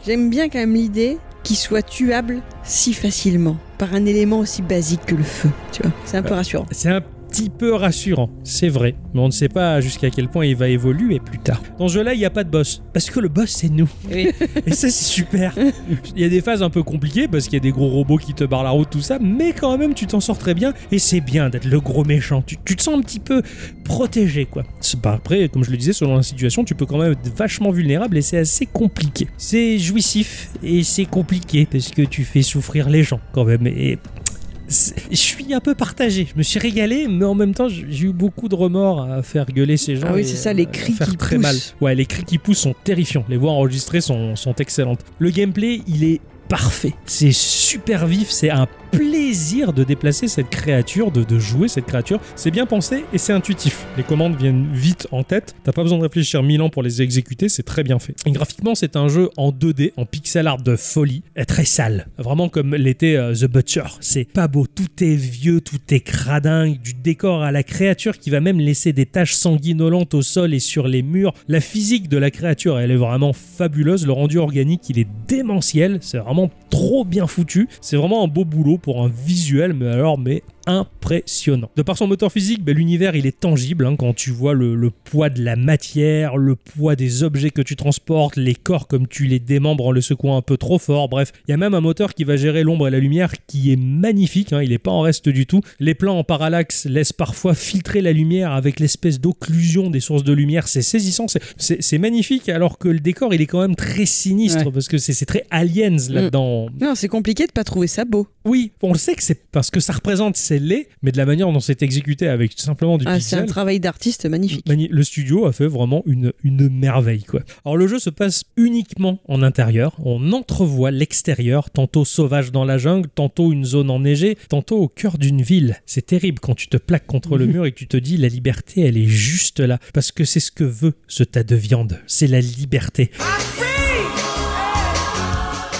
J'aime bien quand même l'idée qu'il soit tuable si facilement par un élément aussi basique que le feu. Tu vois, c'est un peu rassurant. C'est un petit peu rassurant, c'est vrai, mais on ne sait pas jusqu'à quel point il va évoluer plus tard. Dans ce jeu-là, il n'y a pas de boss, parce que le boss, c'est nous. Oui. Et ça, c'est super. Il y a des phases un peu compliquées, parce qu'il y a des gros robots qui te barrent la route, tout ça, mais quand même, tu t'en sors très bien, et c'est bien d'être le gros méchant. Tu, tu te sens un petit peu protégé, quoi. C'est pas après, comme je le disais, selon la situation, tu peux quand même être vachement vulnérable, et c'est assez compliqué. C'est jouissif, et c'est compliqué, parce que tu fais souffrir les gens, quand même, et c'est- je suis un peu partagé. Je me suis régalé, mais en même temps, j- j'ai eu beaucoup de remords à faire gueuler ces gens. Ah oui, et c'est ça, les à cris faire qui très poussent. mal. Ouais, les cris qui poussent sont terrifiants. Les voix enregistrées sont, sont excellentes. Le gameplay, il est parfait. C'est super vif. C'est un plaisir de déplacer cette créature, de, de jouer cette créature. C'est bien pensé et c'est intuitif. Les commandes viennent vite en tête. T'as pas besoin de réfléchir mille ans pour les exécuter. C'est très bien fait. Et graphiquement, c'est un jeu en 2D, en pixel art de folie, et très sale. Vraiment comme l'était euh, The Butcher. C'est pas beau. Tout est vieux, tout est cradingue, du décor à la créature qui va même laisser des taches sanguinolentes au sol et sur les murs. La physique de la créature, elle est vraiment fabuleuse. Le rendu organique, il est démentiel. C'est vraiment trop bien foutu. C'est vraiment un beau boulot pour un visuel, mais alors, mais impressionnant. De par son moteur physique, ben, l'univers il est tangible hein, quand tu vois le, le poids de la matière, le poids des objets que tu transportes, les corps comme tu les démembres en le secouant un peu trop fort, bref, il y a même un moteur qui va gérer l'ombre et la lumière qui est magnifique, hein, il n'est pas en reste du tout. Les plans en parallaxe laissent parfois filtrer la lumière avec l'espèce d'occlusion des sources de lumière, c'est saisissant, c'est- c'est c'est magnifique alors que le décor il est quand même très sinistre Ouais. parce que c'est c'est très aliens Mm. là-dedans. Non, c'est compliqué de pas trouver ça beau. Oui, on le sait que c'est parce que ça représente c'est laid, mais de la manière dont c'est exécuté avec tout simplement du Ah, c'est un pixel. travail d'artiste magnifique. Magni- Le studio a fait vraiment une, une merveille. Quoi. Alors le jeu se passe uniquement en intérieur. On entrevoit l'extérieur, tantôt sauvage dans la jungle, tantôt une zone enneigée, tantôt au cœur d'une ville. C'est terrible quand tu te plaques contre le Mm. mur et que tu te dis la liberté elle est juste là. Parce que c'est ce que veut ce tas de viande. C'est la liberté.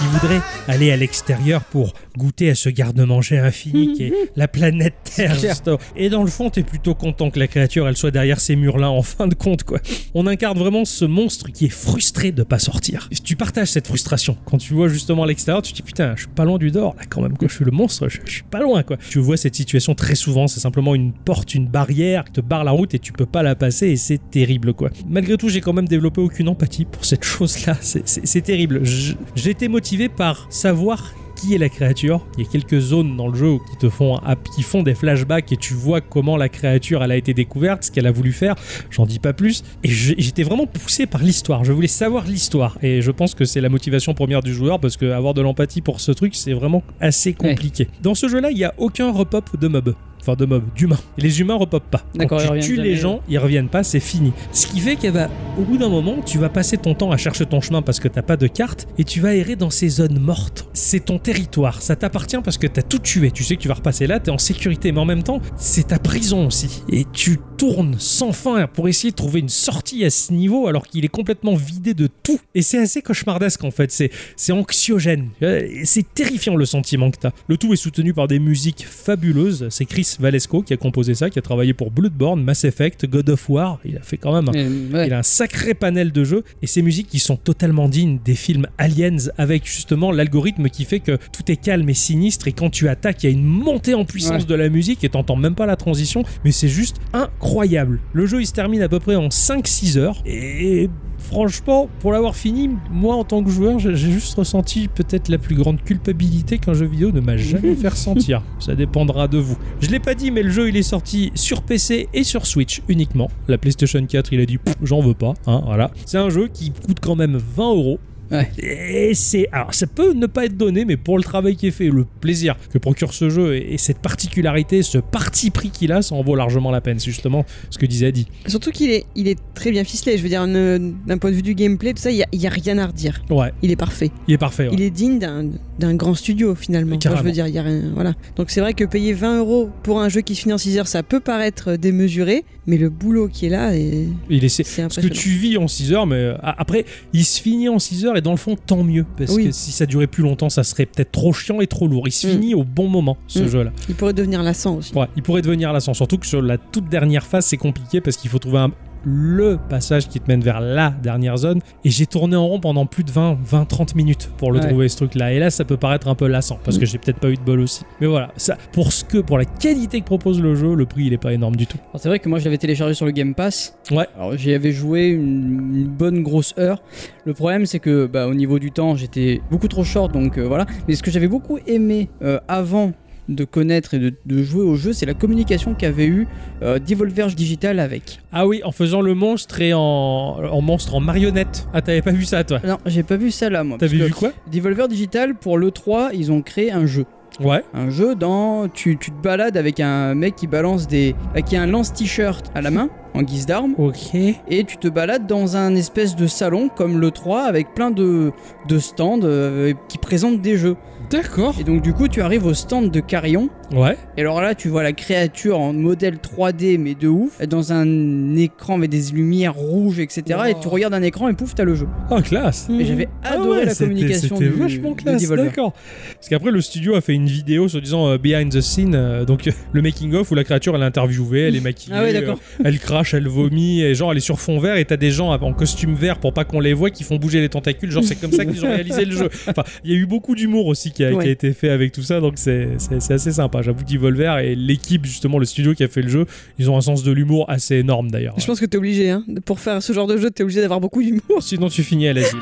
Il voudrait aller à l'extérieur pour goûter à ce garde-manger infini qui est la planète Terre. clair. Sto- Et dans le fond, t'es plutôt content que la créature elle soit derrière ces murs-là en fin de compte quoi. On incarne vraiment ce monstre qui est frustré de pas sortir. Et tu partages cette frustration quand tu vois justement à l'extérieur, tu te dis putain, je suis pas loin du dehors là quand même quoi. Je suis le monstre, je, je suis pas loin quoi. Tu vois cette situation très souvent, c'est simplement une porte, une barrière qui te barre la route et tu peux pas la passer et c'est terrible quoi. Malgré tout, j'ai quand même développé aucune empathie pour cette chose-là. C'est- C'est c'est terrible. Je- J'étais motivé par savoir qui est la créature. Il y a quelques zones dans le jeu qui te font, qui font des flashbacks et tu vois comment la créature elle a été découverte, ce qu'elle a voulu faire. J'en dis pas plus. Et je- j'étais vraiment poussé par l'histoire. Je voulais savoir l'histoire. Et je pense que c'est la motivation première du joueur parce que avoir de l'empathie pour ce truc, c'est vraiment assez compliqué. Dans ce jeu-là, il n'y a aucun repop de mobs. Enfin, de mobs, d'humains. Et les humains repopent pas. Quand D'accord, ils tu reviennent tues les jamais. gens, ils reviennent pas, c'est fini. Ce qui fait qu'au bout d'un moment, tu vas passer ton temps à chercher ton chemin parce que t'as pas de carte et tu vas errer dans ces zones mortes. C'est ton territoire, ça t'appartient parce que t'as tout tué. Tu sais que tu vas repasser là, t'es en sécurité, mais en même temps, c'est ta prison aussi. Et tu tournes sans fin pour essayer de trouver une sortie à ce niveau alors qu'il est complètement vidé de tout. Et c'est assez cauchemardesque en fait. C'est c'est anxiogène. Euh, et C'est terrifiant le sentiment que t'as. Le tout est soutenu par des musiques fabuleuses. C'est Chris Valesco qui a composé ça, qui a travaillé pour Bloodborne, Mass Effect, God of War. Il a fait quand même un Euh, ouais. il a un sacré panel de jeux et ces musiques qui sont totalement dignes des films Aliens avec justement l'algorithme qui fait que tout est calme et sinistre et quand tu attaques, il y a une montée en puissance Ouais. de la musique et t'entends même pas la transition, mais c'est juste incroyable. Le jeu il se termine à peu près en 5-6 heures et franchement, pour l'avoir fini, moi en tant que joueur, j'ai j'ai juste ressenti peut-être la plus grande culpabilité qu'un jeu vidéo ne m'a jamais fait ressentir. Ça dépendra de vous. Je l'ai pas dit, mais le jeu il est sorti sur PC et sur Switch uniquement. La PlayStation 4, il a dit Pouf, j'en veux pas. Hein, voilà. C'est un jeu qui coûte quand même 20 euros. Ouais. Et c'est. Alors, ça peut ne pas être donné, mais pour le travail qui est fait, le plaisir que procure ce jeu et, et cette particularité, ce parti pris qu'il a, ça en vaut largement la peine. C'est justement ce que disait Adi. Surtout qu'il est, il est très bien ficelé. Je veux dire, ne- d'un point de vue du gameplay, tout ça, il n'y a, il y a rien à redire. Ouais, Il est parfait. il est parfait. ouais. Il est digne d'un d'un grand studio finalement. Enfin, je Carrément. veux dire, il y a rien. Voilà. Donc c'est vrai que payer 20 euros pour un jeu qui se finit en 6 heures, ça peut paraître euh, démesuré, mais le boulot qui est là, est- Il est- c'est- c'est Parce que impressionnant. tu vis en 6 heures, mais euh, a- après, il se finit en 6 heures et dans le fond, tant mieux. Parce Oui. que si ça durait plus longtemps, ça serait peut-être trop chiant et trop lourd. Il se Mm. finit au bon moment, ce Mm. jeu-là. Il pourrait devenir lassant aussi. Ouais, il pourrait devenir lassant. Surtout que sur la toute dernière phase, c'est compliqué parce qu'il faut trouver un- le passage qui te mène vers la dernière zone. Et j'ai tourné en rond pendant plus de 20, 20, 30 minutes pour le Ouais. trouver, ce truc-là. Et là, ça peut paraître un peu lassant parce que j'ai peut-être pas eu de bol aussi. Mais voilà, ça, pour ce que, pour la qualité que propose le jeu, le prix, il est pas énorme du tout. Alors, c'est vrai que moi je l'avais téléchargé sur le Game Pass. Ouais. Alors j'y avais joué une, une bonne grosse heure. Le problème c'est que bah, au niveau du temps j'étais beaucoup trop short donc euh, voilà. Mais ce que j'avais beaucoup aimé euh, avant de connaître et de, de jouer au jeu c'est la communication qu'avait eu euh, Devolver Digital avec. Ah oui, en faisant le monstre et en, en monstre en marionnette. Ah, t'avais pas vu ça, toi Non j'ai pas vu ça là moi. parce T'avais que vu quoi Devolver Digital pour l'E3 ils ont créé un jeu. Ouais. Un jeu dans... Tu, tu te balades avec un mec qui balance des... euh, qui a un lance-t-shirt à la main en guise d'arme. Ok. et tu te balades dans un espèce de salon comme le 3 avec plein de, de stands euh, qui présentent des jeux. D'accord. Et donc du coup tu arrives au stand de Carillon Ouais. et alors là tu vois la créature en modèle 3D mais de ouf dans un écran avec des lumières rouges etc et tu regardes un écran et pouf t'as le jeu. Oh, classe. Ah Et j'avais adoré ouais, la c'était- communication C'était du- vachement de classe, Devolver. d'accord. Parce qu'après, le studio a fait une vidéo se disant euh, behind the scene, euh, donc euh, le making of où la créature elle est interviewée, elle est maquillée, Ah ouais, d'accord. euh, elle crache, elle vomit, et genre elle est sur fond vert et t'as des gens en costume vert pour pas qu'on les voit qui font bouger les tentacules. Genre c'est comme ça qu'ils ont réalisé le jeu. Enfin, il y a eu beaucoup d'humour aussi qui a, qui a Ouais. été fait avec tout ça, donc c'est c'est- c'est assez sympa. J'avoue que Devolver et l'équipe justement, le studio qui a fait le jeu, ils ont un sens de l'humour assez énorme d'ailleurs. Je pense que t'es obligé, hein. Pour faire ce genre de jeu, t'es obligé d'avoir beaucoup d'humour. Sinon tu finis à l'asile.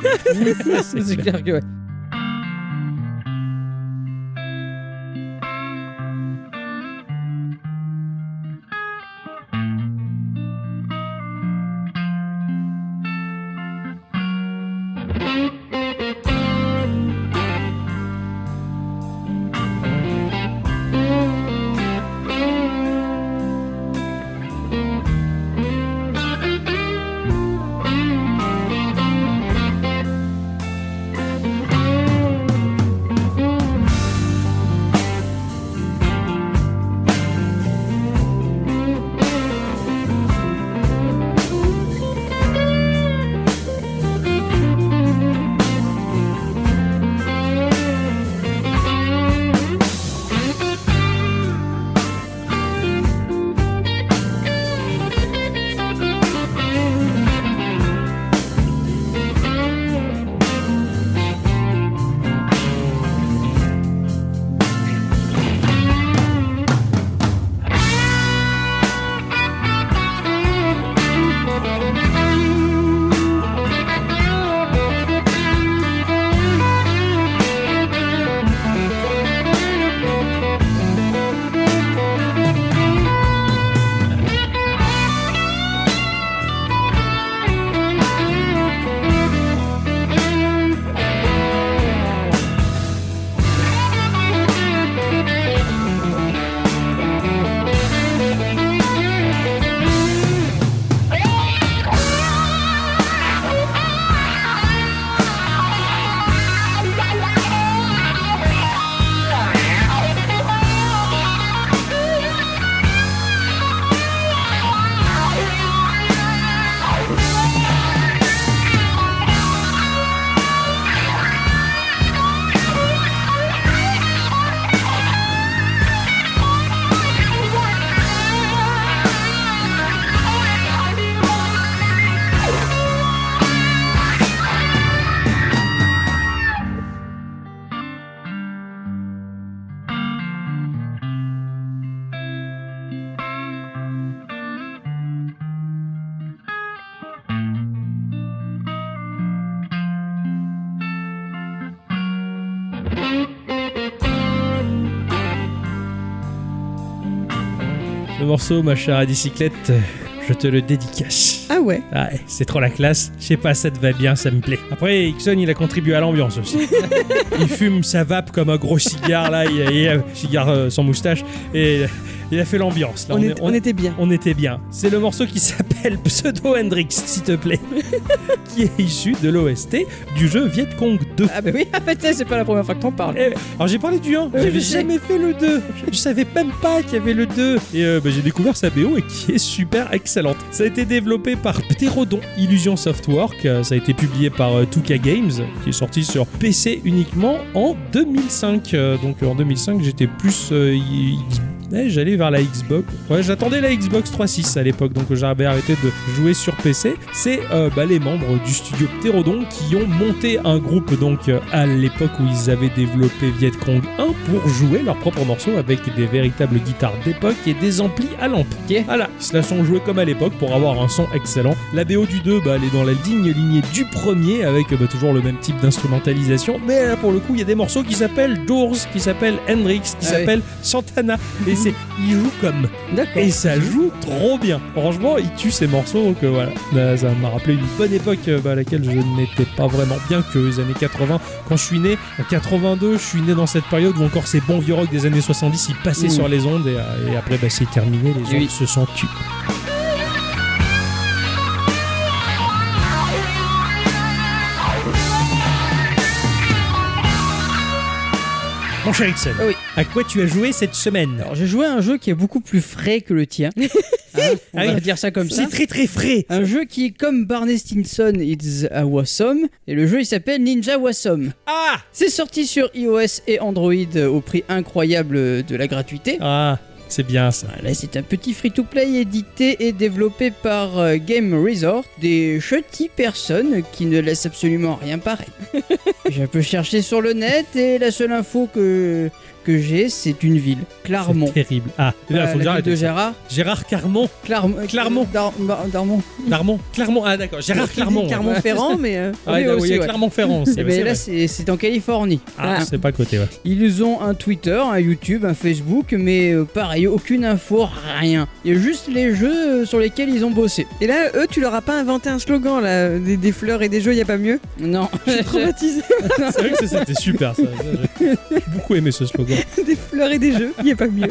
C'est clair que ouais. Le morceau, ma chère à bicyclette, je te le dédicace. Ah ouais. Ah, eh, c'est trop la classe. Je sais pas, ça te va bien, ça me plaît. Après, Ixon, il a contribué à l'ambiance aussi. il fume sa vape comme un gros cigare, là, il, il- cigare euh, sans moustache, et euh, il a fait l'ambiance. Là, on, est- est- on était bien. on était bien. C'est le morceau qui s'appelle Pseudo Hendrix, s'il te plaît, qui est issu de l'OST du jeu Viet Cong 2. Ah bah oui, ah bah tiens, c'est pas la première fois que t'en parles. Eh, alors j'ai parlé du 1, j'avais je sais. jamais fait le 2, je savais même pas qu'il y avait le 2 et euh, bah, j'ai découvert sa BO et qui est super excellente. Ça a été développé par Pterodon Illusion Softwork, Euh, ça a été publié par euh, 2K Games qui est sorti sur PC uniquement en 2005. Euh, donc euh, en 2005 j'étais plus euh, y- X- eh, j'allais vers la Xbox. Ouais, j'attendais la Xbox 3.6 à l'époque, donc j'avais arrêté de jouer sur PC. C'est euh, bah, les membres du studio Pterodon qui ont monté un groupe donc euh, à l'époque où ils avaient développé Viet Cong 1 pour jouer leurs propres morceaux avec des véritables guitares d'époque et des amplis à lampe. Ok. Voilà, ils se la sont joués comme à l'époque pour avoir un son excellent. La BO du 2, bah, elle est dans la digne lignée du premier avec euh, bah, toujours le même type d'instrumentalisation, mais là, pour le coup, il y a des morceaux qui s'appellent Doors, qui s'appellent Hendrix, qui Ah oui. s'appellent Santana, et c'est ils jouent comme. D'accord. Et ça joue trop bien. Franchement, il tue ces morceaux, donc euh, voilà. Là, ça m'a rappelé une bonne époque euh, bah, à laquelle je n'étais pas vraiment bien que les années 80. Quand je suis né, en 82, je suis né dans cette période où encore ces bons vieux rock des années 70, ils passaient Ouh. sur les ondes et, euh, et après, bah, c'est terminé, les Mmh. Oui. ondes se sont tues. Mon cher Ixon, Ah oui. à quoi tu as joué cette semaine Alors j'ai joué à un jeu qui est beaucoup plus frais que le tien. Hein, on Ah va oui. dire ça comme ça. C'est très très frais. Un jeu qui est comme Barney Stinson, It's a Wassom. Et le jeu il s'appelle Ninja Wassom. Ah C'est sorti sur iOS et Android euh, au prix incroyable de la gratuité. Ah, c'est bien ça. Là, c'est un petit free-to-play édité et développé par euh, Game Resort, des chutty personnes qui ne laissent absolument rien paraître. j'ai un peu cherché sur le net et la seule info que, que j'ai, c'est une ville, Clermont. C'est terrible. Ah, là, Voilà, faut que Euh, la ville j'arrête. de Gérard. Gérard Carmon. Clermont. euh, Clermont. Dar- Bar- Darmon. Darmon. Clermont. Ah, d'accord. Gérard Clermont. ouais. Clermont-Ferrand, mais euh, Ah, Oui, là, oui, aussi, il y a ouais. Clermont-Ferrand. Eh c'est- ben, c'est là, vrai. c'est c'est en Californie. Ah, c'est pas à côté, ouais. Ils ont un Twitter, un YouTube, un Facebook, mais euh, pareil, aucune info, rien. Il y a juste les jeux euh, sur lesquels ils ont bossé. Et là, eux, tu leur as pas inventé un slogan, là, euh, des, des fleurs et des jeux, y a pas mieux Non. Je suis traumatisée. C'est vrai que ça, c'était super, ça. Ça, J'ai j'ai beaucoup aimé ce slogan. des fleurs et des jeux, y a pas mieux.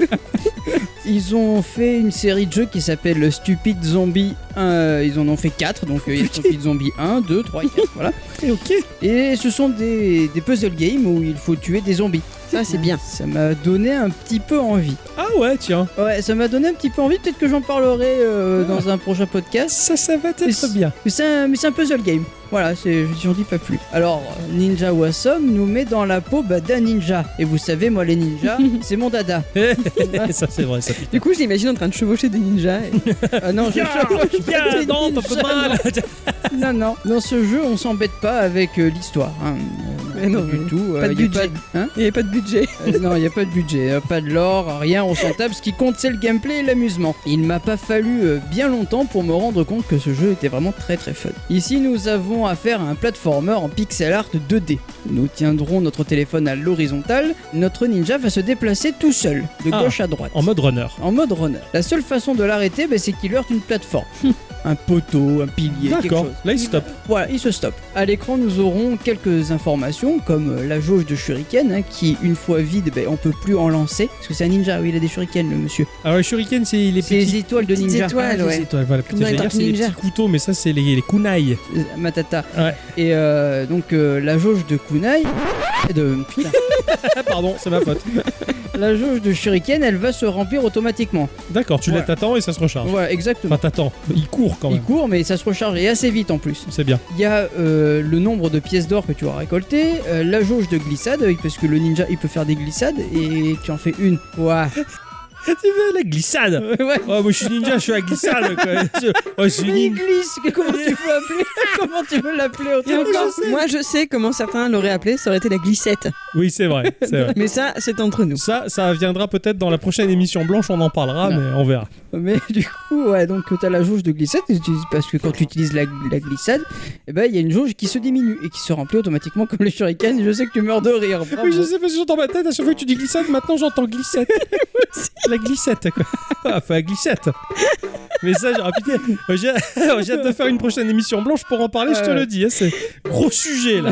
Ils ont fait une série de jeux qui s'appelle le Stupid Zombie 1. Ils en ont fait 4, donc euh, il y a Stupid Zombie 1, 2, 3, 4, voilà. ok. Et ce sont des, des puzzle games où il faut tuer des zombies. Ça, c'est bien. Ça m'a donné un petit peu envie. Ah ouais, tiens. Ouais, ça m'a donné un petit peu envie, peut-être que j'en parlerai euh, Ah. dans un prochain podcast. Ça, ça va être Yes. bien. Mais c'est un, mais c'est un puzzle game. Voilà, c'est- j'en dis pas plus. Alors, Ninja Wassom nous met dans la peau bah, d'un ninja. Et vous savez, moi, les ninjas, c'est mon dada. ça, c'est vrai, ça. Du coup, je l'imagine en train de chevaucher des ninjas. et- Ah non, je, je- je- Bien, non, t'en peux pas, là. Non, non. Dans ce jeu, on s'embête pas avec euh, l'histoire. hein. Euh, Mais non, pas du mais tout. euh, pas y de a budget. de- hein Il n'y avait pas de budget. Euh, non, il n'y a pas de budget, euh, pas de lore, rien, on s'en tape. Ce qui compte, c'est le gameplay et l'amusement. Il m'a pas fallu euh, bien longtemps pour me rendre compte que ce jeu était vraiment très très fun. Ici, nous avons affaire à un platformer en pixel art 2D. Nous tiendrons notre téléphone à l'horizontale. Notre ninja va se déplacer tout seul, de Ah. gauche à droite. En mode runner. En mode runner. La seule façon de l'arrêter, bah, c'est qu'il heurte une plateforme. un poteau, un pilier, quelque D'accord. chose. Là, il stoppe. Voilà, il se stoppe. À l'écran, nous aurons quelques informations comme euh, la jauge de shuriken hein, qui, une fois vide, ben, on peut plus en lancer parce que c'est un ninja. Oui, il a des shurikens, le monsieur. Alors, le Ah shuriken, c'est les C'est les petits. étoiles de petites ninja. Ah, étoiles, ouais. Les étoiles, voilà. Comme Putain, dans les j'allais dire, c'est les Tortues Ninja. petits couteaux, mais ça, c'est les, les kunai. Euh, Matata. Ouais. Et euh, donc euh, la jauge de kunai, de putain, Ah, pardon, c'est ma faute. la jauge de shuriken, elle va se remplir automatiquement. D'accord, tu la Voilà. t'attends et ça se recharge. Voilà, exactement. Enfin, t'attends. Il court quand Il même. court, mais ça se recharge et assez vite en plus. C'est bien. Il y a euh, le nombre de pièces d'or que tu vas récolter, euh, la jauge de glissade, euh, parce que le ninja il peut faire des glissades et tu en fais une. Ouah. Tu veux la glissade ouais. Oh, moi je suis ninja, je suis à glissade. Quoi. Je- ouais, je suis Mais il ninja. glisse que- Comment tu peux appeler Comment tu veux l'appeler Et autrement encore, moi, je sais comment certains l'auraient appelé, ça aurait été la glissette. Oui, c'est vrai, c'est vrai. Mais ça, c'est entre nous. Ça, ça viendra peut-être dans la prochaine émission blanche, on en parlera, Non. mais on verra. Mais du coup, ouais, donc euh, t'as la jauge de glissade et tu- parce que quand tu utilises la, la glissade, eh ben il y a une jauge qui se diminue et qui se remplit automatiquement comme les shurikens. Et je sais que tu meurs de rire. bravo. Oui, je sais, parce que j'entends ma tête, à chaque fois que tu dis glissade, maintenant j'entends glissette. la glissette, quoi. Ah, enfin, glissette. Mais ça, j'ai ah, putain, moi, j'ai alors, j'ai hâte de faire une prochaine émission blanche pour en parler, je te Ouais. le dis. hein, c'est gros sujet là.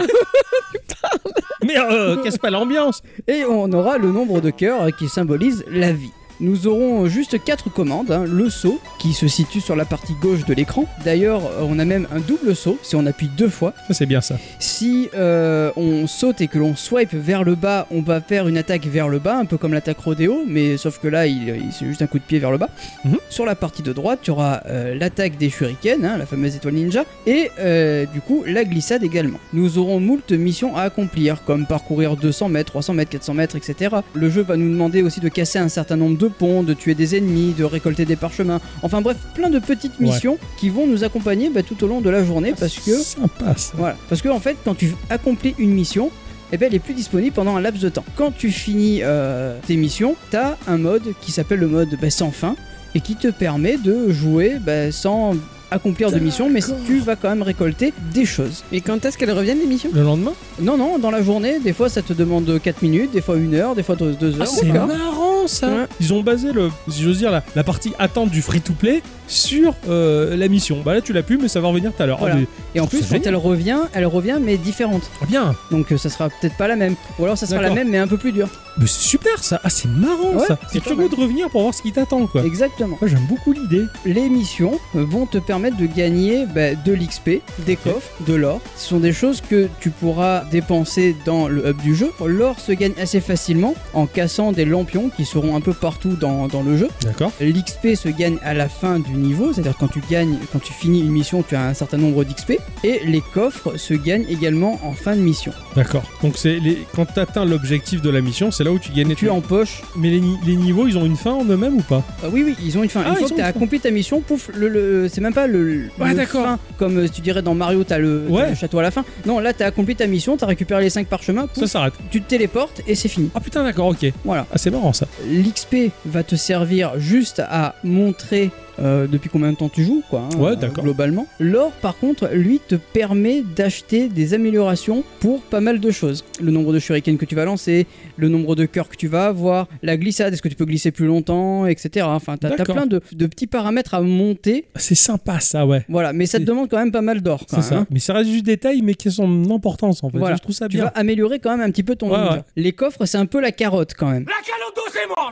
Mais euh, casse pas l'ambiance. Et on aura le nombre de cœurs euh, qui symbolise la vie. Nous aurons euh, juste quatre commandes, hein. le saut qui se situe sur la partie gauche de l'écran. D'ailleurs, euh, on a même un double saut si on appuie deux fois. Ça, c'est bien ça. Si euh, on saute et que l'on swipe vers le bas, on va faire une attaque vers le bas, un peu comme l'attaque rodéo, mais sauf que là, il, il- c'est juste un coup de pied vers le bas. Mhm. Sur la partie de droite, tu auras euh, l'attaque des shurikens, hein, la fameuse étoile ninja, et euh, du coup la glissade également. Nous aurons moult missions à accomplir, comme parcourir 200 mètres, 300 mètres, 400 mètres, etc. Le jeu va nous demander aussi de casser un certain nombre de ponts, de tuer des ennemis, de récolter des parchemins. Enfin bref, plein de petites Ouais. Ah, missions qui vont nous accompagner bah, tout au long de la journée, parce que Sympa ça. voilà, parce que en fait, quand tu accomplis une mission, eh ben, elle est plus disponible pendant un laps de temps. Quand tu finis euh, tes missions, t'as un mode qui s'appelle le mode bah, sans fin et qui te permet de jouer bah, sans accomplir de mission, mais tu vas quand même récolter des choses. Et quand est-ce qu'elle revienne l'émission Le lendemain Non, non, dans la journée, des fois ça te demande 4 minutes, des fois 1 heure, des fois 2 Ah, heures. Ah, C'est Ah, d'accord. marrant ça. Ouais. Ils ont basé le, si j'ose dire, la, la partie attente du free to play sur euh, la mission. Bah là, tu l'as pu, mais ça va revenir tout à l'heure. Voilà. Ah, mais- Et en C'est plus, quand génial. elle revient, elle revient mais différente. Ah, bien. Donc euh, ça sera peut-être pas la même. Ou alors ça sera la D'accord. même mais un peu plus dure. Mais c'est super ça. Ah, c'est marrant Ouais, ça. c'est C'est pas curieux mal. de revenir pour voir ce qui t'attend quoi. Exactement. Moi, j'aime beaucoup l'idée. les missions vont te permettre de gagner bah, de l'XP, des coffres, de l'or. Ce sont des choses que tu pourras dépenser dans le hub du jeu. L'or se gagne assez facilement en cassant des lampions qui seront un peu partout dans, dans le jeu. D'accord. L'XP se gagne à la fin du niveau, c'est-à-dire quand tu gagnes, quand tu finis une mission, tu as un certain nombre d'XP. Et les coffres se gagnent également en fin de mission. D'accord. Donc c'est les... quand t'atteins l'objectif de la mission, c'est là où tu gagnes. les Tu trucs. empoches. Mais les, ni- les niveaux, ils ont une fin en eux-mêmes ou pas Ah oui, oui, ils ont une fin. Ah, une ils fois que ont une tu as fin. accompli ta mission, pouf, le, le- c'est même pas le, Ouais, le d'accord. fin, comme euh, tu dirais dans Mario, t'as le, t'as Ouais. le château à la fin. Non, là, t'as accompli ta mission, t'as récupéré les 5 parchemins, pouf, Ça s'arrête. tu te téléportes et c'est fini. Ah putain, d'accord, ok. Voilà. Ah, c'est marrant ça. L'XP va te servir juste à montrer euh, depuis combien de temps tu joues, quoi. hein, Ouais, euh, d'accord. Globalement. L'or, par contre, lui, te permet d'acheter des améliorations pour pas mal de choses. Le nombre de shurikens que tu vas lancer, le nombre de cœurs que tu vas avoir, la glissade, est-ce que tu peux glisser plus longtemps, etc. Enfin, t'as t'as D'accord. plein de, de petits paramètres à monter. Ah, C'est sympa ça, ouais. Voilà, mais ça te C'est- demande quand même pas mal d'or. quand C'est même, ça. hein. Mais ça reste du détail, mais qui a son importance en fait. Voilà. Je trouve ça Tu vas bien. améliorer quand même un petit peu ton Ouais, ninja. ouais. Les coffres, c'est un peu la carotte quand même.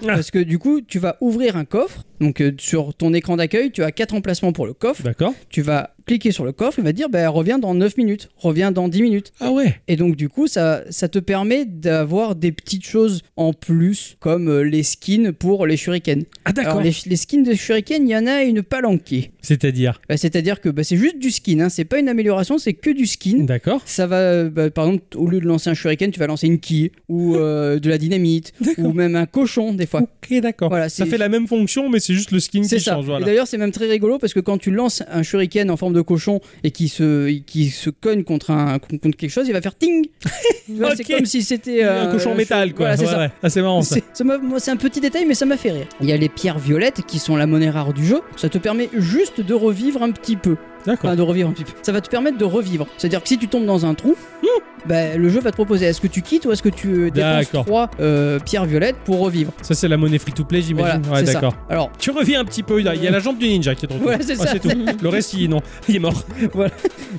Parce que du coup, tu vas ouvrir un coffre. Donc euh, sur ton écran d'accueil, tu as quatre emplacements pour le coffre. D'accord. Tu vas cliquer sur le coffre, il va te dire bah, reviens dans 9 minutes, reviens dans 10 minutes. Ah ouais. Et donc du coup, ça, ça te permet d'avoir des petites choses en plus, comme euh, les skins pour les shurikens. Ah Alors d'accord. les, les skins de shurikens, il y en a une palanquée. C'est-à-dire. Bah, C'est-à-dire que bah, c'est juste du skin, hein. c'est pas une amélioration, c'est que du skin. D'accord. Ça va, euh, bah, par exemple, au lieu de lancer un shuriken, tu vas lancer une quille ou euh, de la dynamite ou même un cochon des fois. Ok, d'accord. Voilà, ça c'est- fait la même fonction, mais c'est juste le skin C'est qui ça. change. Voilà. Et d'ailleurs, c'est même très rigolo parce que quand tu lances un shuriken en forme de cochon et qui se, qui se cogne contre, un, contre quelque chose, il va faire ting. Voilà, C'est Ok. comme si c'était euh, un cochon en je- métal, quoi. Voilà, c'est Ouais, ça. ouais. Ah, c'est marrant ça. C'est ça m'a- moi, c'est un petit détail, mais ça m'a fait rire. Il y a les pierres violettes qui sont la monnaie rare du jeu. Ça te permet juste de revivre un petit peu. D'accord. Enfin, de revivre un petit peu. Ça va te permettre de revivre. C'est-à-dire que si tu tombes dans un trou, bah, le jeu va te proposer est-ce que tu quittes ou est-ce que tu euh, dépenses Hmm D'accord. 3 pierres violettes pour revivre Ça, c'est la monnaie free to play, j'imagine. Voilà, ouais, c'est ça. d'accord. Alors, Tu reviens un petit peu. Il y a il y a la jambe du ninja qui est de retour. Ouais, c'est Ah, ça. tout. Le reste, il est non. Il est mort.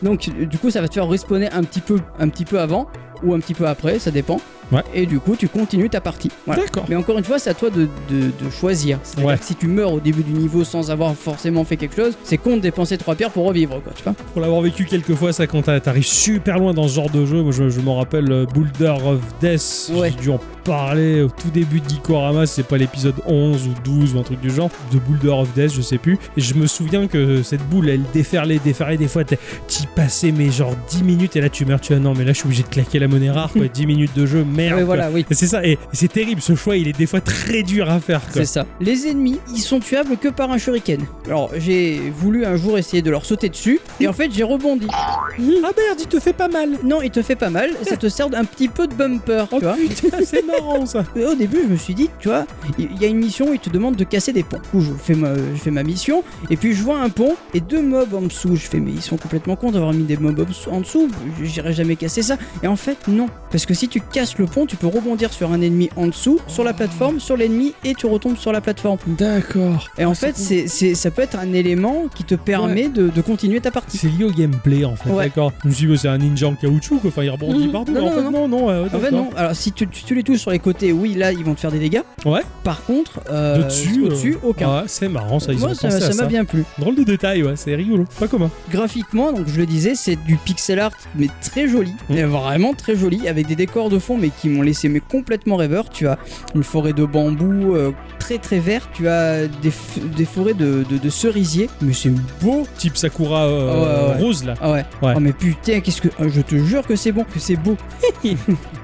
donc euh, du coup, ça va te faire respawner un petit peu, un petit peu avant ou un petit peu après, ça dépend. Ouais. Et du coup, tu continues ta partie. Voilà. D'accord. Mais encore une fois, c'est à toi de, de- de choisir. C'est-à-dire Ouais. que si tu meurs au début du niveau sans avoir forcément fait quelque chose, c'est con de dépenser 3 pierres pour revivre, quoi, tu vois. Pour l'avoir vécu quelques fois, ça, quand t'as- t'arrives super loin dans ce genre de jeu, moi je, je m'en rappelle euh, Boulder of Death, Ouais. j'ai dû en parler au tout début de Geekorama, si c'est pas l'épisode 11 ou 12 ou un truc du genre, de Boulder of Death, je sais plus. Et je me souviens que cette boule, elle déferlait, déferlait, des fois t'es- t'y passais, mais genre 10 minutes, et là tu meurs, tu as non, mais là je suis obligé de claquer la monnaie rare, quoi, 10 minutes de jeu, merde. Ouais, quoi. voilà, oui. Et C'est ça, et, et c'est terrible, ce choix, il est des fois très dur à faire, quoi. C'est ça. Les ennemis, ils sont tuables que par un shuriken. Alors, j'ai voulu un jour essayer de leur sauter dessus, et en fait, j'ai rebondi. Ah merde, il te fait pas mal Non, il te fait pas mal, ça te sert d'un petit peu de bumper, Oh tu vois. putain, c'est marrant ça Et au début, je me suis dit, tu vois, il y a une mission où il te demande de casser des ponts. Du coup, je fais ma, je fais ma mission, et puis je vois un pont et deux mobs en dessous. Je fais, mais ils sont complètement cons d'avoir mis des mobs en dessous- en dessous, j'irai jamais casser ça. Et en fait, Non, parce que si tu casses le pont, tu peux rebondir sur un ennemi en dessous, sur la plateforme, sur l'ennemi et tu retombes sur la plateforme. D'accord. Et en fait, c'est, c'est- ça peut être un élément qui te permet de, de continuer ta partie. C'est lié au gameplay en fait, Ouais. d'accord. Je me suis dit, bah, c'est un ninja en caoutchouc, quoi. enfin il rebondit Mhm. partout. Non, mais en non, fait, non, non, ouais, ouais, En fait, d'accord. non. Alors, si tu, tu- tu les touches sur les côtés, oui, là, ils vont te faire des dégâts. Ouais. Par contre, euh, De dessus, euh, au-dessus, aucun. Ouais, c'est marrant ça, ils Moi, ont ça, pensé ça à m'a ça. bien plu. Drôle de détail, ouais, c'est rigolo, pas commun. Graphiquement, donc je le disais, c'est du pixel art, mais très joli, Mm. mais vraiment très joli, avec des décors de fond, mais qui m'ont laissé mais complètement rêveur. Tu as une forêt de bambou euh, très très vert, tu as des, f- des forêts de, de, de cerisiers, mais c'est beau. Type Sakura euh, Ouais, ouais, ouais. rose là. Ah ouais. Ouais. Oh mais putain, qu'est-ce que ah, je te jure que c'est bon, que c'est beau.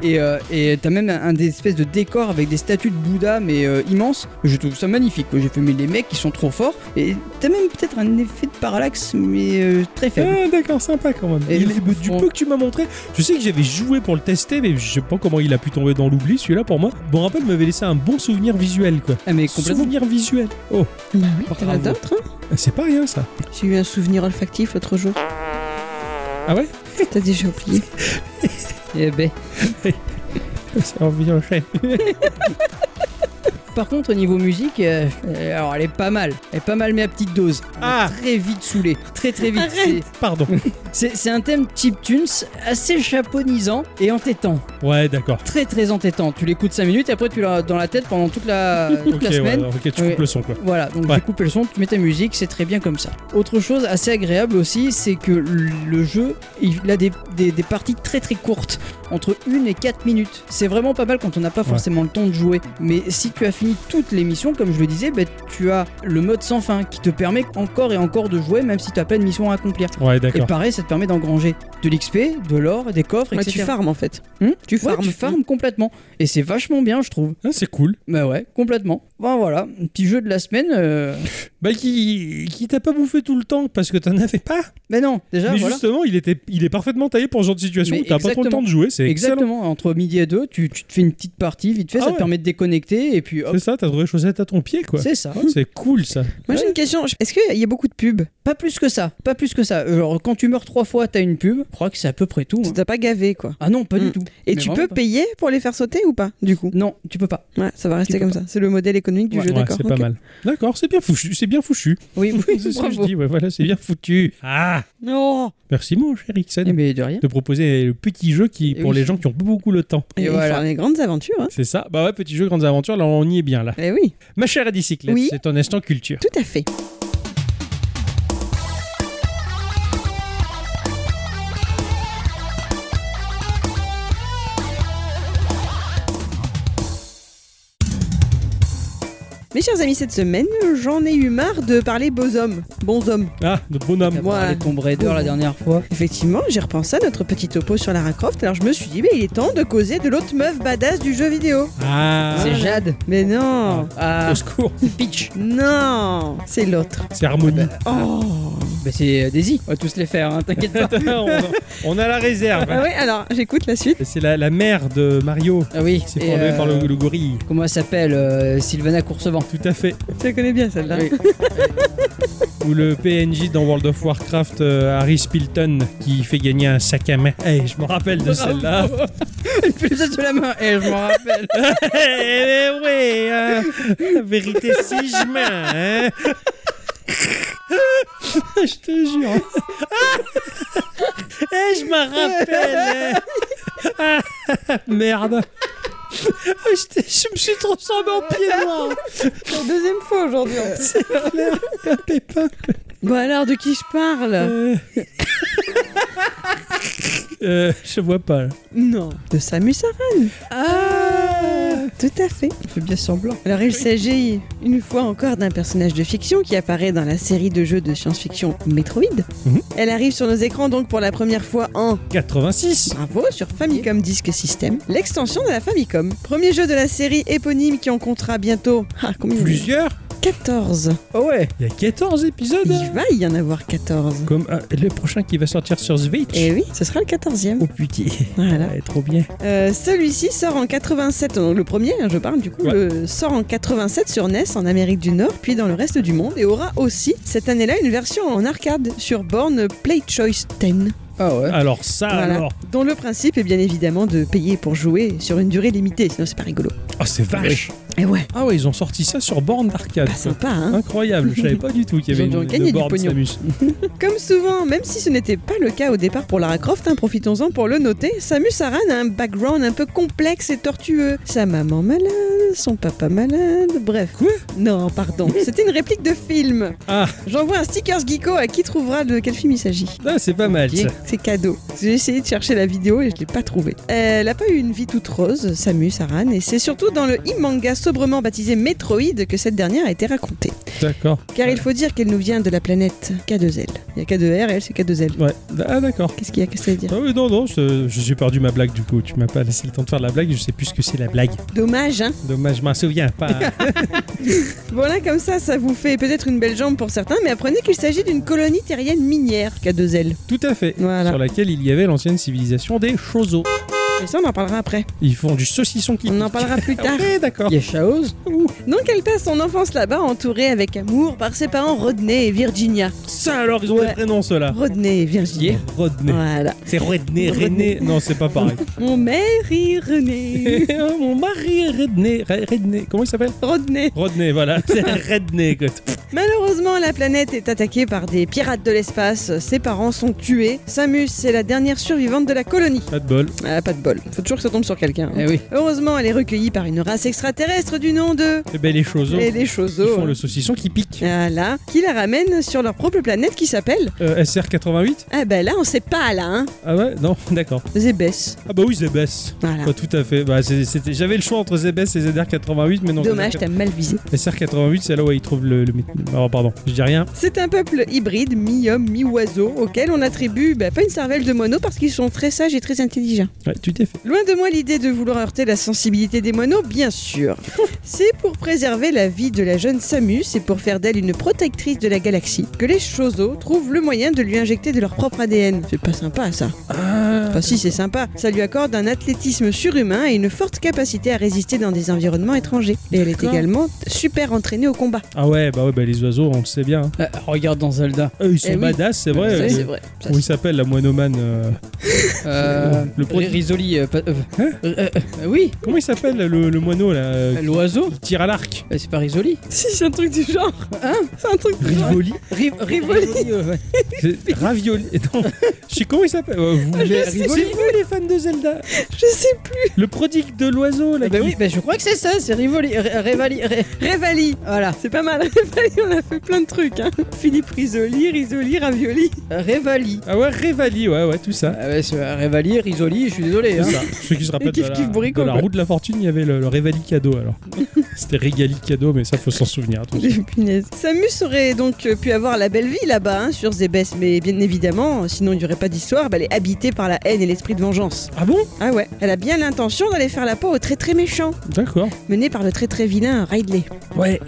et euh, et t'as même un, un des espèces de décors avec des statues de Bouddha mais euh, immenses. Je trouve ça magnifique. quoi. J'ai fait mais les mecs ils sont trop forts. Et t'as même peut-être un effet de parallaxe mais euh, très faible. Ah, d'accord, sympa quand même. Et Il le est- du fond. peu que tu m'as montré, je sais que j'avais joué pour le tester, mais je sais pas comment il a pu tomber dans l'oubli celui-là pour moi. Bon rappel m'avait laissé un bon souvenir visuel quoi. Ah, mais complètement. Souvenir visuel. Oh, Bah oui, t'en as Bravo. d'autres, hein c'est pas rien ça. J'ai eu un souvenir olfactif l'autre jour. Ah ouais T'as déjà oublié. Eh ben. C'est un vieux chien. Par contre au niveau musique, euh, euh, alors elle est pas mal. Elle est pas mal mais à petite dose. Ah, Très vite saoulée. Très très vite. C'est- pardon. C'est c'est un thème chip tunes assez japonisant et entêtant. Ouais, d'accord. Très très entêtant. Tu l'écoutes 5 minutes et après tu l'as dans la tête pendant toute la, toute Ok, la ouais, semaine. alors, ok, tu coupes Ouais. le son quoi. Voilà, donc Ouais. j'ai coupé le son, tu mets ta musique, c'est très bien comme ça. Autre chose assez agréable aussi, c'est que le jeu, il a des, des- des parties très très courtes, entre 1 et 4 minutes. C'est vraiment pas mal quand on n'a pas forcément le temps de jouer. Mais si tu as fini toutes les missions, comme je le disais, bah, tu as le mode sans fin qui te permet encore et encore de jouer, même si tu as plein de missions à accomplir. Ouais, Et d'accord. pareil, ça te permet d'engranger de l'XP, de l'or, des coffres, Ouais, etc. tu farmes en fait. Hmm tu Ouais, farmes. tu farmes complètement. Et c'est vachement bien, je trouve. Ah, c'est cool. Bah ouais, complètement. Bon, voilà, un petit jeu de la semaine. euh, Bah, qui, qui t'a pas bouffé tout le temps parce que t'en avais pas. Ben non, déjà, mais voilà. justement, il, était, il est parfaitement taillé pour ce genre de situation Mais où t'as pas trop le exactement. temps de jouer. C'est excellent. Exactement, entre midi et deux, tu, tu te fais une petite partie vite fait, Ah ça ouais. te permet de déconnecter et puis hop, C'est ça, t'as trouvé chaussette à ton pied quoi. c'est ça. Ah, C'est cool ça. Moi j'ai une question. Est-ce qu'il y a beaucoup de pubs Pas plus que ça, pas plus que ça. Euh, Genre, quand tu meurs trois fois, t'as une pub, je crois que c'est à peu près tout. hein. T'as pas gavé quoi. Ah non, pas du Mm. tout. Et Mais tu vraiment peux pas. payer pour les faire sauter ou pas Du coup. Non, tu peux pas. Ouais, ça va rester peux comme ça. C'est le modèle économique du Ouais. jeu, Ouais, d'accord. c'est pas ok. mal. D'accord, c'est bien foutu. C'est bien fouchu. Oui, c'est oui, ce que je bravo. dis. Ouais, voilà, c'est bien foutu. Ah, Non. merci mon cher Eh Ixen ben, de rien. de proposer le petit jeu qui Eh pour oui. les gens qui ont beaucoup le temps. Et Et voilà. voilà. les grandes aventures. Hein. C'est ça. Bah ouais, petit jeu grandes aventures. Là, on y est bien là. Eh oui, Ma chère à bicyclette, Oui. c'est ton instant culture. tout à fait. Mes chers amis, cette semaine, j'en ai eu marre de parler beaux hommes, bons hommes. Ah, notre bonhomme. T'as parlé de Tomb Raider la dernière fois. Effectivement, j'ai repensé à notre petit topo sur Lara Croft, alors je me suis dit, mais il est temps de causer de l'autre meuf badass du jeu vidéo. Ah, C'est Jade. Mais non Ah, au secours. Peach. Non C'est l'autre. C'est Harmonie. Oh Bah, c'est euh, Daisy. On va tous les faire, hein, t'inquiète pas. on, a, on a la réserve. Ah ouais, alors j'écoute la suite. C'est la, la mère de Mario. Ah oui, C'est et, formé par euh, le, le gorille. Comment elle s'appelle euh, Sylvana Coursevant. Tout à fait. Tu la connais bien celle-là. Oui. Ou le PNJ dans World of Warcraft, euh, Harry Spilton, qui fait gagner un sac à main. Hey, je me rappelle de celle-là. Elle fait ça sur la main. Eh, je m'en rappelle. Eh ouais, hein. La vérité si je mens, hein. Je te jure. Ah Eh, je m'en rappelle. hein. Ah, Merde. Ah, Je, t'ai- je me suis transformé en pied noir. C'est la deuxième fois aujourd'hui. C'est clair. Un pépin. Euh, bon alors, de qui je parle Euh. Euh, je vois pas. là. Non. De Samus Aran. Ah Tout à fait. Elle fait bien semblant. Alors il s'agit une fois encore d'un personnage de fiction qui apparaît dans la série de jeux de science-fiction Metroid. Mhm. Elle arrive sur nos écrans donc pour la première fois en 86. Bravo sur Famicom Disk System, l'extension de la Famicom. Premier jeu de la série éponyme qui en comptera bientôt ah, combien Plusieurs. 14. Oh ouais. Il y a 14 épisodes. hein. Il va y en avoir 14. Comme euh, le prochain qui va sortir sur Switch. Et oui, ce sera le 14e. Oh putain, Voilà. Ouais, trop bien. Euh, Celui-ci sort en 87, donc le premier, hein, je parle du coup, Ouais. le sort en 87 sur NES en Amérique du Nord, puis dans le reste du monde, et aura aussi cette année-là une version en arcade sur borne Play Choice 10. Ah ouais. Alors ça, Voilà. alors. Dont le principe est bien évidemment de payer pour jouer sur une durée limitée, sinon c'est pas rigolo. Oh, c'est vache. Et ouais, Ah ouais, ils ont sorti ça sur borne d'arcade. pas sympa, hein Incroyable, je savais pas du tout qu'il y Ils avait ont dû une, gagner une du borne pognon. Samus. Comme souvent, même si ce n'était pas le cas au départ pour Lara Croft, hein, profitons-en pour le noter, Samus Aran a un background un peu complexe et tortueux. Sa maman malade, son papa malade, bref. Quoi Non, pardon, c'était une réplique de film. Ah. J'envoie un sticker geeko à qui trouvera de quel film il s'agit. Ah, c'est pas mal. Ok. ça. C'est cadeau. J'ai essayé de chercher la vidéo et je l'ai pas trouvée. Euh, elle n'a pas eu une vie toute rose, Samus Aran, et c'est surtout dans le e-manga sobrement baptisé Metroid que cette dernière a été racontée. D'accord. Car il faut dire qu'elle nous vient de la planète K2L. Il y a K2R et elle, c'est K2L. Ouais. Ah d'accord. Qu'est-ce qu'il y a Qu'est-ce que ça veut dire Ah oui, non, non, je, je suis perdu ma blague du coup. Tu m'as pas laissé le temps de faire la blague, je sais plus ce que c'est la blague. Dommage, hein Dommage, je m'en souviens pas. Voilà, comme ça, ça vous fait peut-être une belle jambe pour certains, mais apprenez qu'il s'agit d'une colonie terrienne minière, K2L. Tout à fait. Voilà. Sur laquelle il y avait l'ancienne civilisation des Chozo. Et ça, on en parlera après. Ils font du saucisson qui. On en parlera plus Ah tard. ouais, d'accord. Il y a Chaos Donc, elle passe son enfance là-bas, entourée avec amour par ses parents Rodney et Virginia. Ça alors, ils ont des Ouais. prénoms ceux-là. Rodney et Virginia. Rodney. Voilà. C'est Rodney, René. Non, c'est pas pareil. Mon mère y René. Ah, Mon mari est Redney. Re- Redney. Comment il s'appelle Rodney. Rodney, voilà. C'est Redney, quoi. Malheureusement, la planète est attaquée par des pirates de l'espace. Ses parents sont tués. Samus, c'est la dernière survivante de la colonie. Pas de bol. Ah, pas de bol. Faut toujours que ça tombe sur quelqu'un. hein. Eh oui. Heureusement, elle est recueillie par une race extraterrestre du nom de. Eh ben, les Chozo, Et les ils Chozo. font le saucisson qui pique. Voilà, qui la ramène sur leur propre planète qui s'appelle. Euh, SR88 Ah ben là, on sait pas là, hein. Ah ouais Non, d'accord. Zébès. Ah bah oui, Zebes. Voilà. Bah, tout à fait. Bah, c'est- c'était... J'avais le choix entre Zebes et ZR88, mais non. Dommage, t'as mal visé. SR88, c'est là où ils trouvent le. le... Oh, pardon, je dis rien. C'est un peuple hybride, mi-homme, mi-oiseau, auquel on attribue bah, pas une cervelle de mono parce qu'ils sont très sages et très intelligents. Ouais, tout à fait. Loin de moi l'idée de vouloir heurter la sensibilité des moineaux, bien sûr. C'est pour préserver la vie de la jeune Samus et pour faire d'elle une protectrice de la galaxie que les Chozo trouvent le moyen de lui injecter de leur propre ADN. C'est pas sympa ça. Enfin si c'est sympa, ça lui accorde un athlétisme surhumain et une forte capacité à résister dans des environnements étrangers. Et elle est D'accord. également super entraînée au combat. Ah ouais, bah ouais, bah les oiseaux, on le sait bien. hein. Ah, Regarde dans Zelda. Eux, ils sont Eh oui. badass, c'est vrai. Ça, euh, c'est vrai. Ça, Comment il s'appelle, la moinomane euh, Euh, Le le produit. Risoli. euh, pas- euh, Hein euh, euh, oui, Comment il s'appelle, le, le moineau, là euh, l'oiseau. qui tire à l'arc Bah, C'est pas Risoli. Si c'est un truc du genre. Hein C'est un truc du genre. Rivoli Ri- Rivoli. euh, ouais. C'est- Ravioli Et Non, je sais comment il s'appelle Euh, vous, Je mais sais Rivoli, vous, les fans de Zelda Je sais plus. Le prodigue de l'oiseau, là, Ah bah qui- oui, bah, je crois que c'est ça, c'est Rivoli. Ré- Révali. Ré- Révali. Voilà. C'est pas mal, Révali, on a fait plein de trucs. Hein. Philippe Risoli, Risoli, Ravioli. Révali. Ah ouais, Révali, ouais, ouais, tout ça. Euh, Ah ouais, c'est, euh, Révali, Risoli, je suis désolé. C'est hein. ça. Ceux qui se rappellent kiff, de, la, kiff, bourricot, de la quoi. roue de la fortune, il y avait le, le Révali cadeau alors. C'était Régali cadeau, mais ça faut s'en souvenir. attention. Punaise. Samus aurait donc euh, pu avoir la belle vie là-bas, hein, sur Zébès, mais bien évidemment, euh, sinon il n'y aurait pas d'histoire, bah, elle est habitée par la haine et l'esprit de vengeance. Ah bon Ah ouais, elle a bien l'intention d'aller faire la peau au très très méchant, D'accord. mené par le très très vilain Ridley. Mm. Ouais.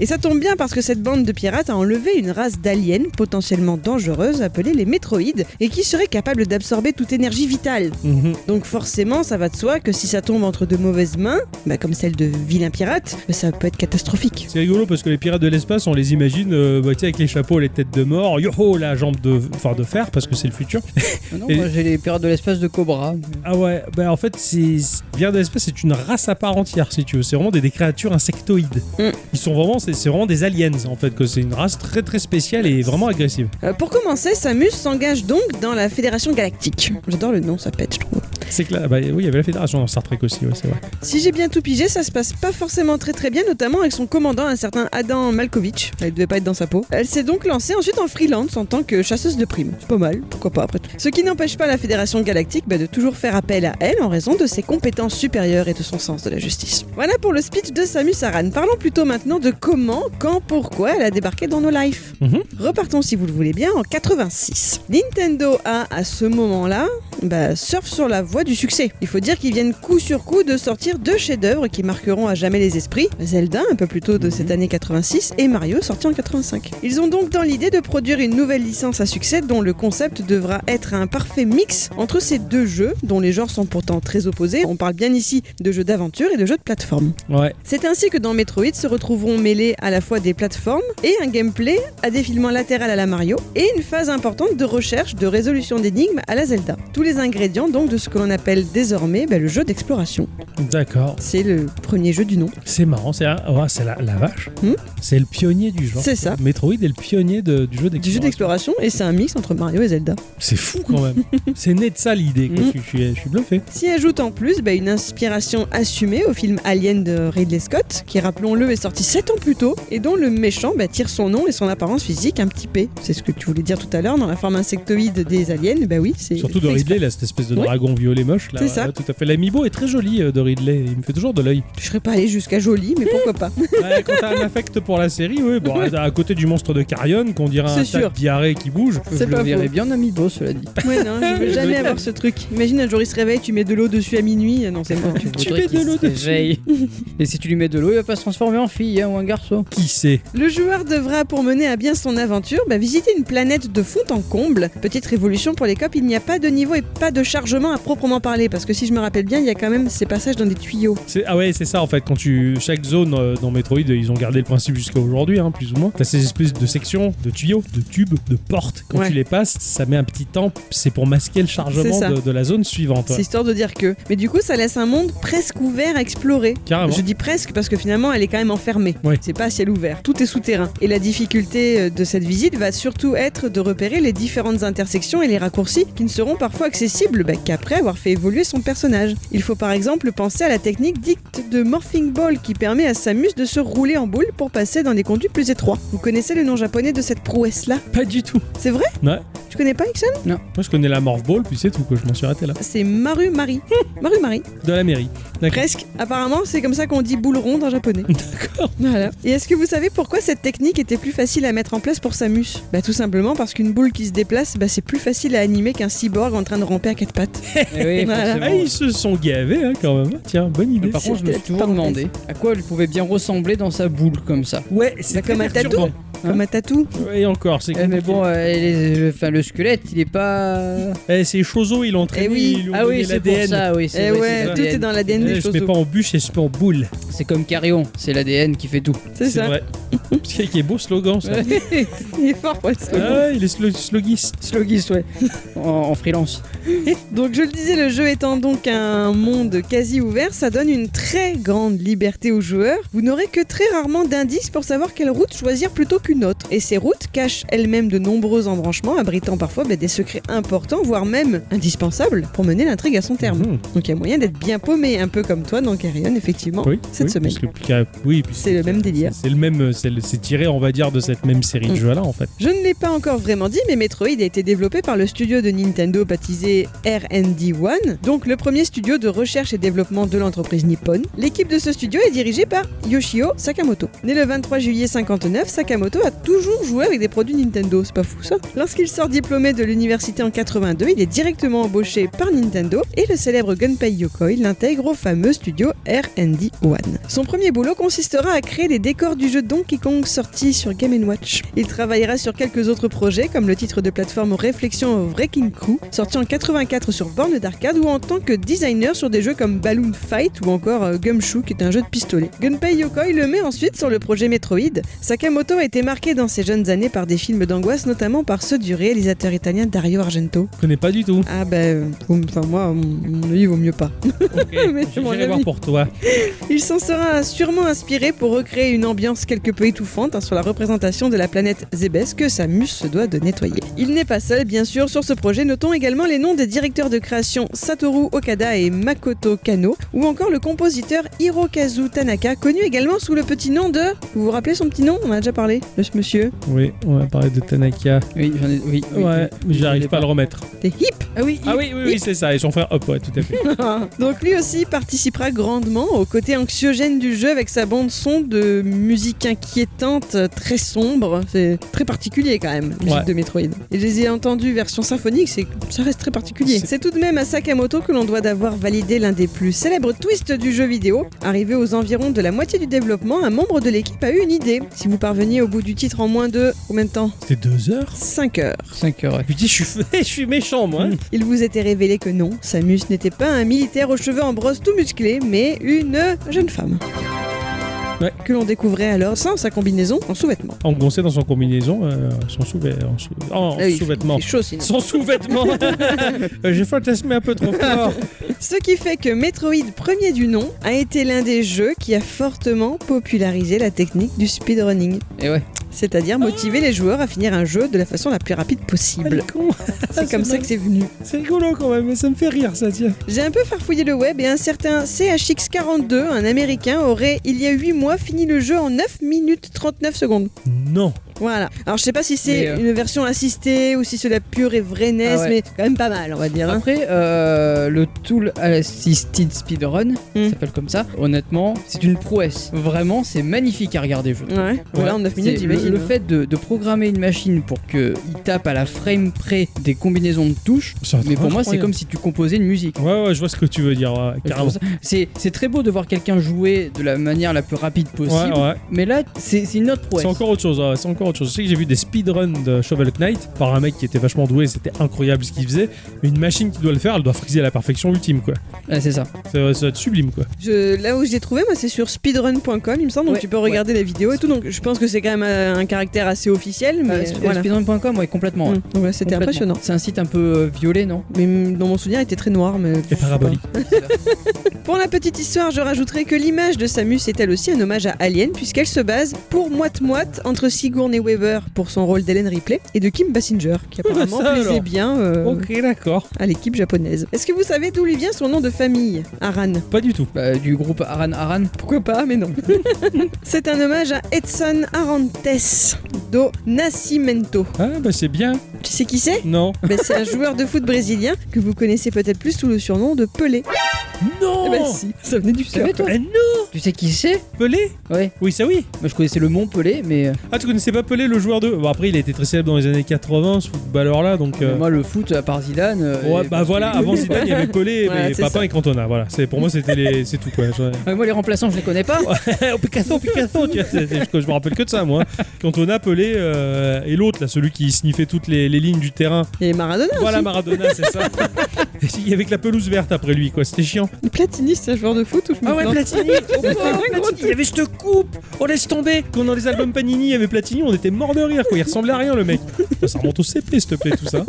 Et ça tombe bien parce que cette bande de pirates a enlevé une race d'aliens potentiellement dangereuse appelée les Métroïdes, et qui serait capable d'absorber toute énergie vitale. Mhm. Donc forcément, ça va de soi que si ça tombe entre de mauvaises mains, bah, comme celle de vilains pirates, bah, ça peut être catastrophique. C'est rigolo parce que les pirates de l'espace, on les imagine euh, bah, tu sais, avec les chapeaux, les têtes de mort, yo ho, la jambe de, enfin, de fer parce que c'est le futur. Ah Non, Et- moi j'ai les pirates de l'espace de Cobra. Ah ouais, bah en fait, c'est les pirates de l'espace, c'est une race à part entière si tu veux. C'est vraiment des, des créatures insectoïdes. Mm. Ils sont vraiment, c'est c'est vraiment des aliens en fait, que c'est une race très très spéciale et vraiment agressive. Euh, pour commencer, Samus s'engage donc dans la Fédération Galactique. J'adore le nom, ça pète, je trouve. C'est que là, bah, oui, il y avait la fédération dans Star Trek aussi, ouais, c'est vrai. Si j'ai bien tout pigé, ça se passe pas forcément très très bien, notamment avec son commandant, un certain Adam Malkovich. Elle devait pas être dans sa peau. Elle s'est donc lancée ensuite en freelance en tant que chasseuse de primes. C'est pas mal, pourquoi pas après tout. Ce qui n'empêche pas la Fédération Galactique bah, de toujours faire appel à elle en raison de ses compétences supérieures et de son sens de la justice. Voilà pour le speech de Samus Aran. Parlons plutôt maintenant de comment, quand, pourquoi elle a débarqué dans nos lives. Mhm. Repartons si vous le voulez bien en 86. Nintendo a à ce moment-là bah, surfent sur la voie du succès. Il faut dire qu'ils viennent coup sur coup de sortir deux chefs-d'œuvre qui marqueront à jamais les esprits Zelda, un peu plus tôt de cette année 86, et Mario, sorti en 85. Ils ont donc dans l'idée de produire une nouvelle licence à succès dont le concept devra être un parfait mix entre ces deux jeux, dont les genres sont pourtant très opposés. On parle bien ici de jeux d'aventure et de jeux de plateforme. Ouais. C'est ainsi que dans Metroid se retrouveront mêlés à la fois des plateformes et un gameplay à défilement latéral à la Mario et une phase importante de recherche de résolution d'énigmes à la Zelda. Tous les ingrédients donc de ce que l'on appelle désormais bah, le jeu d'exploration. D'accord. C'est le premier jeu du nom. C'est marrant, c'est oh, c'est la, la vache. Hmm c'est le pionnier du genre. C'est ça. Metroid est le pionnier de- du jeu Du jeu d'exploration. d'exploration et c'est un mix entre Mario et Zelda. C'est fou quand même. c'est né de ça l'idée. quoi. Hmm. Je, suis- je suis- je suis bluffé. S'y ajoute en plus bah, une inspiration assumée au film Alien de Ridley Scott, qui rappelons-le est sorti 7 ans plus tôt, et dont le méchant bah, tire son nom et son apparence physique un petit P. C'est ce que tu voulais dire tout à l'heure dans la forme insectoïde des aliens, bah oui, c'est. Surtout de fait exprès. Ridley, là, cette espèce de Oui. dragon violet moche. là. C'est ça. Ouais, Tout à fait. L'amiibo est très joli euh, de Ridley. Il me fait toujours de l'œil. Je serais pas allé jusqu'à Jolie, mais pourquoi pas Ouais, quand t'as un affect pour la série, oui. Bon, à, à côté du monstre de Carrion, qu'on dirait un C'est sûr. tas de diarrhée qui bouge. Je le verrais bien amiibo, cela dit. Ouais, non, je veux jamais avoir ce truc. Imagine un jour il se réveille, tu mets de l'eau dessus à minuit, non, c'est mort. Tu mets de l'eau dessus. Et si tu lui mets de l'eau, il va pas se transformer en fille hein, ou en garçon. Qui sait Le joueur devra, pour mener à bien son aventure, bah, visiter une planète de fond en comble. Petite révolution pour les copes, il n'y a pas de niveau et pas de chargement à proprement parler, parce que si je me rappelle bien, il y a quand même ces passages dans des tuyaux. C'est- Ah ouais, c'est ça en fait. Quand tu chaque zone euh, dans Metroid, ils ont gardé le principe jusqu'à aujourd'hui, hein, plus ou moins. T'as ces espèces de sections, de tuyaux, de tubes, de portes. Quand Ouais. tu les passes, ça met un petit temps. C'est pour masquer le C'est chargement ça. de, de la zone suivante. ouais. C'est histoire de dire que. Mais du coup, ça laisse un monde presque ouvert à explorer. Carrément. Je dis presque parce que finalement, elle est quand même enfermée. Ouais. C'est pas à ciel ouvert. Tout est souterrain. Et la difficulté euh, de cette visite va surtout être de repérer les différentes intersections et les raccourcis qui ne seront parfois accessibles bah, qu'après avoir fait évoluer son personnage. Il faut par exemple penser à la technique dite de Morphing Ball qui permet à Samus de se rouler en boule pour passer dans des conduits plus étroits. Vous connaissez le nom japonais de cette prouesse-là Pas du tout. C'est vrai Ouais. Tu connais pas, Ixon Moi, je connais la Morph Ball, puis c'est tout. Quoi. Je m'en suis arrêté là. C'est Maru Marie. Maru Marie. De la mairie. D'accord. Presque. Apparemment, c'est comme ça qu'on dit boule ronde en japonais. D'accord. Voilà. Et est-ce que vous savez pourquoi cette technique était plus facile à mettre en place pour Samus Bah tout simplement parce qu'une boule qui se déplace, bah c'est plus facile à animer qu'un cyborg en train de ramper à quatre pattes. Eh oui, Voilà. forcément. Ah, ils se sont gavés hein, quand même. Tiens, bonne idée. Par contre, je me suis C'était toujours pas demandé à quoi elle pouvait bien ressembler dans sa boule comme ça. Ouais, Bah, comme un tatou. perturbant. hein. Comme un tatou. Et encore, c'est Eh, mais bon, euh, les- le, enfin, le squelette, il est pas. Eh, c'est Chozo, ils l'ont entraîné. Eh oui. ils lui ont Ah oui, donné c'est pour l'ADN. ça, oui. c'est Eh vrai, ouais, c'est tout l'ADN. est dans l'ADN Eh, des je choses. mets pas en bûche, c'est en boule. C'est comme Carrion, c'est l'ADN qui fait tout. C'est ça. vrai. C'est qui est beau slogan ça. Il est fort ouais, c'est Ah ouais, il est slo- slogiste. Slogist, ouais. en, en freelance. Donc je le disais, le jeu étant donc un monde quasi ouvert, ça donne une très grande liberté aux joueurs. Vous n'aurez que très rarement d'indices pour savoir quelle route choisir plutôt qu'une autre. Et ces routes cachent elles-mêmes de nombreux embranchements, abritant parfois bah, des secrets importants, voire même indispensables, pour mener l'intrigue à son terme. Mhm. Donc il y a moyen d'être bien paumé, un peu comme toi dans Carrion, effectivement, Oui, Oh, cette oui, semaine. parce que le pica- oui, puis C'est le même délire. C'est le même, c'est le- c'est tiré, on va dire, de cette même série de Mm. jeux là en fait. Je ne l'ai pas encore vraiment dit, mais Metroid a été développé par le studio de Nintendo baptisé R&D One, donc le premier studio de recherche et développement de l'entreprise Nippon. L'équipe de ce studio est dirigée par Yoshio Sakamoto. Né le 23 juillet 59, Sakamoto a toujours joué avec des produits Nintendo, c'est pas fou ça Lorsqu'il sort diplômé de l'université en 82, il est directement embauché par Nintendo et le célèbre Gunpei Yokoi l'intègre au fameux studio R&D One. Son premier boulot consistera à créer les décors du jeu Donkey Kong sorti sur Game Watch. Il travaillera sur quelques autres projets comme le titre de plateforme Réflexion Wrecking Crew sorti en 84 sur borne d'arcade ou en tant que designer sur des jeux comme Balloon Fight ou encore euh, Gumshoe qui est un jeu de pistolet. Gunpei Yokoi le met ensuite sur le projet Metroid. Sakamoto a été marqué dans ses jeunes années par des films d'angoisse notamment par ceux du réalisateur italien Dario Argento. Je connais pas du tout. Ah ben, faut- enfin moi, mon mon avis vaut mieux pas. Ok, Mais c'est mon j'irai voir avis. pour toi. Il s'en sera sûrement inspiré pour recréer une ambiance quelque peu étouffante hein, sur la représentation de la planète Zébès que Samus se doit de nettoyer. Il n'est pas seul, bien sûr, sur ce projet. Notons également les noms des directeurs de création Satoru Okada et Makoto Kano, ou encore le compositeur Hirokazu Tanaka, connu également sous le petit nom de. Vous vous rappelez son petit nom On en a déjà parlé de ce monsieur. Oui, on va parler de Tanaka. Oui, j'en ai. Oui, oui. ouais, mais Je l'ai j'arrive pas à le remettre. T'es hip Ah oui, Ah oui, oui, oui, c'est ça. Et son frère Hop, ouais, tout à fait. Donc lui aussi participera grandement au côté anxiogène du jeu avec sa bande son de musique inquiétante, euh, très sombre. C'est très particulier quand même, musique Ouais. de Metroid. Et je les ai entendus version symphonique, c'est ça reste très particulier. C'est- C'est tout de même à Sakamoto que l'on doit d'avoir validé l'un des plus célèbres twists du jeu vidéo. Arrivé aux environs de la moitié du développement, un membre de l'équipe a eu une idée. Si vous parveniez au bout du titre en moins de combien de temps C'était deux heures 5 heures. 5 heures, ouais. Putain, je suis, je suis méchant, moi. hein. Il vous était révélé que non, Samus n'était pas un militaire aux cheveux en brosse tout musclé, mais une jeune femme. Ouais. Que l'on découvrait alors sans sa combinaison en sous-vêtements. Engoncé dans son combinaison, euh, son sous-vêt- en sous- en- en Ah oui, il fait- sous-vêtement. il fait chaud, sinon. Son sous-vêtement Euh, J'ai fantasmé un peu trop fort. Ce qui fait que Metroid premier du nom a été l'un des jeux qui a fortement popularisé la technique du speedrunning. Et Eh ouais. C'est-à-dire motiver les joueurs à finir un jeu de la façon la plus rapide possible. Ah, C'est comme ça que c'est venu. C'est rigolo quand même, mais ça me fait rire ça, tiens. J'ai un peu farfouillé le web et un certain CHX42, un américain, aurait, il y a 8 mois, fini le jeu en 9 minutes 39 secondes. Non. Voilà. Alors je sais pas si c'est Mais, euh, une version assistée ou si c'est la pure et vraie NES, Ah ouais. mais quand même pas mal, on va dire. hein. Après, euh, le Tool Assisted Speedrun, Hmm. ça s'appelle comme ça, honnêtement, c'est une prouesse. Vraiment, c'est magnifique à regarder, je trouve. Ouais. Voilà, en 9 minutes, Ah. C'est le, j'imagine. hein. le fait de, de programmer une machine pour qu'il tape à la frame près des combinaisons de touches, mais pour moi, c'est comme si tu composais une musique. Ouais, ouais, je vois ce que tu veux dire, ouais, carrément. C'est c'est très beau de voir quelqu'un jouer de la manière la plus rapide possible, Ouais, ouais. mais là, c'est c'est une autre prouesse. C'est encore autre chose, ouais, c'est encore autre chose. Je sais que j'ai vu des speedruns de Shovel Knight par un mec qui était vachement doué, c'était incroyable ce qu'il faisait. Mais une machine qui doit le faire, elle doit friser à la perfection ultime, quoi. Ouais, Ah, c'est ça. Ça, ça doit être sublime, quoi. Je- là où je l'ai trouvé, moi, c'est sur speedrun.com, il me semble, donc Ouais, tu peux regarder les vidéos et tout. Donc je pense que c'est quand même euh, un caractère assez officiel, mais Euh, euh, sp- voilà. Speedrun.com, ouais, complètement. Mm. ouais. Donc, voilà, c'était Complètement. impressionnant. C'est un site un peu euh, violet, non Mais mm, dans mon souvenir, il était très noir. Mais... Et parabolique. Pour la petite histoire, je rajouterai que l'image de Samus est elle aussi un hommage à Alien, puisqu'elle se base pour moite-moite entre Sigourney Weaver pour son rôle d'Helen Ripley et de Kim Basinger, Ah, qui apparemment ça plaisait alors. bien euh, Ok, d'accord. à l'équipe japonaise. Est-ce que vous savez d'où lui vient son nom de famille Aran. Pas du tout. Bah, du groupe Aran Aran. Pourquoi pas, mais non. C'est un hommage à Edson Arantes do Nascimento. Ah, bah c'est bien. Tu sais qui c'est Non. Ben, C'est un joueur de foot brésilien que vous connaissez peut-être plus sous le surnom de Pelé. Non Eh ben si, ça venait du Oh cœur. savais, toi Eh non Tu sais qui c'est Pelé Ouais. Oui, ça oui. Moi, je connaissais le Mont Pelé, mais euh, Ah, tu connaissais pas Pelé, le joueur de. Bon, après, il a été très célèbre dans les années 80, ce footballeur-là, donc. euh, moi, le foot, à part Zidane. euh, Ouais, et- bah voilà, avant Zidane, il y avait Pelé, Ouais, mais c'est Papin ça. et Cantona. Voilà, c'est pour moi, c'était les, c'est tout quoi. Je- Ouais, moi, les remplaçants, je les connais pas. oh, Picasso, Picasso, tu vois, c'est- c'est- je, je me rappelle que de ça, moi. Cantona, Pelé euh, et l'autre, là, celui qui sniffait toutes les, les lignes du terrain. Et Maradona Voilà, Maradona, c'est ça. Et Il y avait que la pelouse verte après lui, quoi. C'était chiant. aussi. Platini, c'est un joueur de foot ou Ah je Ah me plante Platini. Oh, Il y avait cette coupe. On laisse tomber. Quand dans les albums Panini, il y avait Platini, on était mort de rire, quoi. Il ressemblait à rien, le mec. Ça remonte au CP, s'il te plaît, tout ça.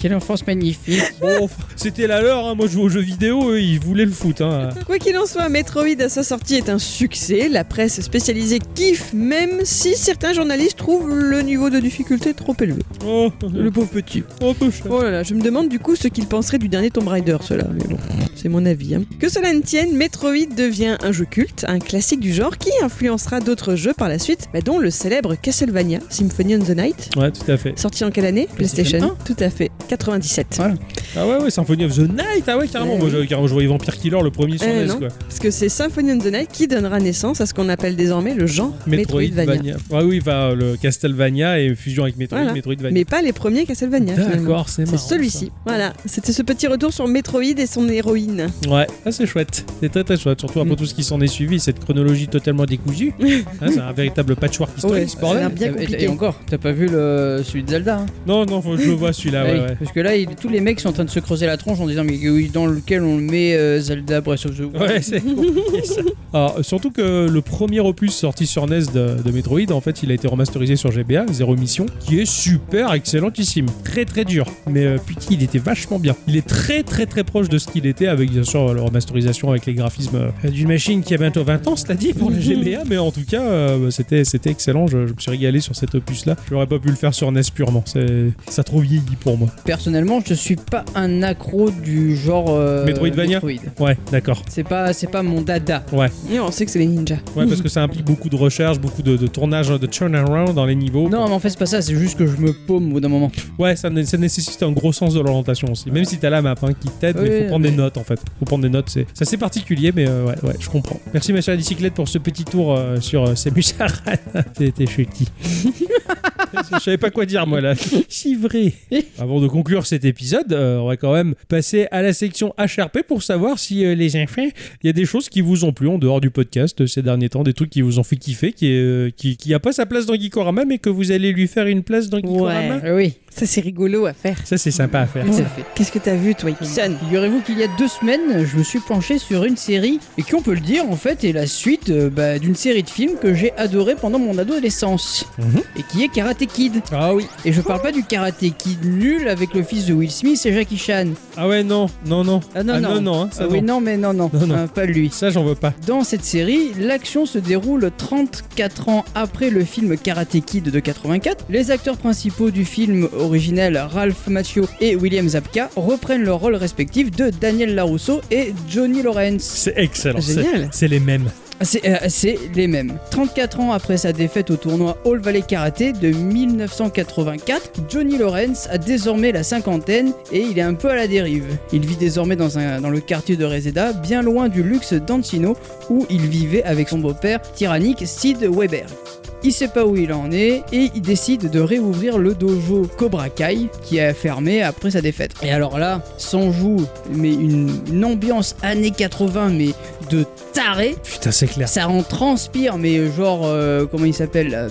Quelle enfance magnifique. Bon, enfin, c'était la leur. hein. Moi, je jouais aux jeux vidéo, eux, ils voulaient le foot. Hein. Quoi qu'il en soit, Metroid à sa sortie est un succès. La presse spécialisée kiffe, même si certains journalistes trouvent le niveau de difficulté trop élevé. Oh, Le pauvre petit. un peu cher. Oh là là, je me demande du coup ce qu'ils penseraient du dernier Tomb Raider, cela. Mais bon, c'est mon avis. hein. Que cela ne tienne, Metroid devient un jeu culte, un classique du genre qui influencera d'autres jeux par la suite, bah, dont le célèbre Castlevania, Symphony on the Night. Ouais, tout à fait. Sorti en quelle année PlayStation Tout à fait, 97. Ouais. Ah ouais, ouais, Symphony of the Night, ah ouais, carrément. Ouais, Moi, je, carrément, je voyais Vampire Killer, le premier sur Euh, NES, Eh non. quoi. Parce que c'est Symphony on the Night qui donnera naissance à ce qu'on appelle désormais le genre Metroidvania. Ouais, Ah oui, enfin, le Castlevania et fusion avec Metroid, Voilà. Metroidvania. Mais pas les premiers Castlevania. finalement. D'accord, c'est C'est marrant. celui-ci. Voilà, c'était ce petit retour sur Metroid et son héroïne. ça. Ouais, ah, c'est chouette. C'est très très chouette, surtout après Mm. tout ce qui s'en est suivi, cette chronologie totalement décousue. Hein, c'est un véritable patchwork historique, Ouais. ce bordel. bien Et- et- compliqué. Et, encore, t'as pas vu le, celui de Zelda hein Non, non, faut que je le vois Ah celui-là, Ah ouais, Oui, ouais. Parce que là, il- tous les mecs sont en train de se creuser la tronche en disant mais oui, dans lequel on le met euh, Zelda Breath of the Wild. Ouais, c'est compliqué, ça. Alors, surtout que le premier opus sorti sur NES de, de Metroid, en fait, il a été remasterisé sur GBA, Zero Mission, qui est super excellentissime. Très très dur. Mais euh, putain, il était vachement bien. Il est très très très proche de ce qu'il était avec bien sûr leur remasterisation avec les graphismes euh, d'une machine qui a bientôt 20 ans, cela dit, pour la GBA. mais en tout cas, euh, c'était c'était excellent. Je, je me suis régalé sur cet opus-là. J'aurais pas pu le faire sur NES purement. C'est ça a trop vieilli pour moi. Personnellement, je suis pas un accro du genre euh, Metroidvania Metroid. Ouais, d'accord. C'est pas, c'est pas mon dada. Et on sait que c'est les ninjas. Ouais, parce que ça implique beaucoup de recherche, beaucoup de, de tournage, de turnaround dans les niveaux. Non, mais en fait, c'est pas ça. C'est juste que je me paume au bout d'un moment. Ouais, ça, né- ça nécessite un gros sens de l'orientation aussi. Même si t'as la map hein, qui t'aide, mais Oui, faut prendre mais- des notes en fait. Faut prendre des notes, c'est c'est assez particulier, mais euh, ouais, ouais, je comprends. Merci ma chère bicyclette pour ce petit tour euh, sur euh, Samus Aran. C'était chutis. je savais pas quoi dire moi là. Chivré. Avant de conclure cet épisode, euh, on va quand même passer à la section HRP pour savoir si euh, les enfants, il y a des choses qui vous ont plu en dehors du podcast euh, ces derniers temps, des trucs qui vous ont fait kiffer, qui euh, qui, qui a pas sa place dans Geekorama, mais que vous allez lui faire une place dans Geekorama. Ah oui, Ça, c'est rigolo à faire. Ça c'est sympa à faire. tout à fait. Qu'est-ce que t'as vu, toi, Ixon Figurez-vous qu'il y a deux semaines, je me suis penché sur une série et qui, on peut le dire, en fait, est la suite euh, bah, d'une série de films que j'ai adoré pendant mon adolescence Mhm. et qui est Karate Kid. Ah oui. Et je parle pas du Karate Kid nul avec le fils de Will Smith et Jackie Chan. Ah ouais, non, non, non. Ah non, Ah non. non, non, hein, ça, Ah oui, non, mais non, non, Non, non. Ah, pas lui. Ça, j'en veux pas. Dans cette série, l'action se déroule 34 ans après le film Karate Kid de 84. Les acteurs principaux du film originel, Ralph Macchio et William Zabka, reprennent leur rôle respectif de Daniel LaRusso et Johnny Lawrence. C'est excellent. c'est- Génial. C'est les mêmes. C'est euh, c'est les mêmes. 34 ans après sa défaite au tournoi All Valley Karaté de 1984, Johnny Lawrence a désormais la cinquantaine et il est un peu à la dérive. Il vit désormais dans, un- dans le quartier de Reseda, bien loin du luxe d'Antino où il vivait avec son beau-père tyrannique Sid Weber. Il sait pas où il en est et il décide de réouvrir le dojo Cobra Kai qui a fermé après sa défaite. Et alors là, s'en joue mais une, une ambiance années 80 mais de taré. Putain, c'est clair. Ça en transpire, mais genre, euh, comment il s'appelle euh,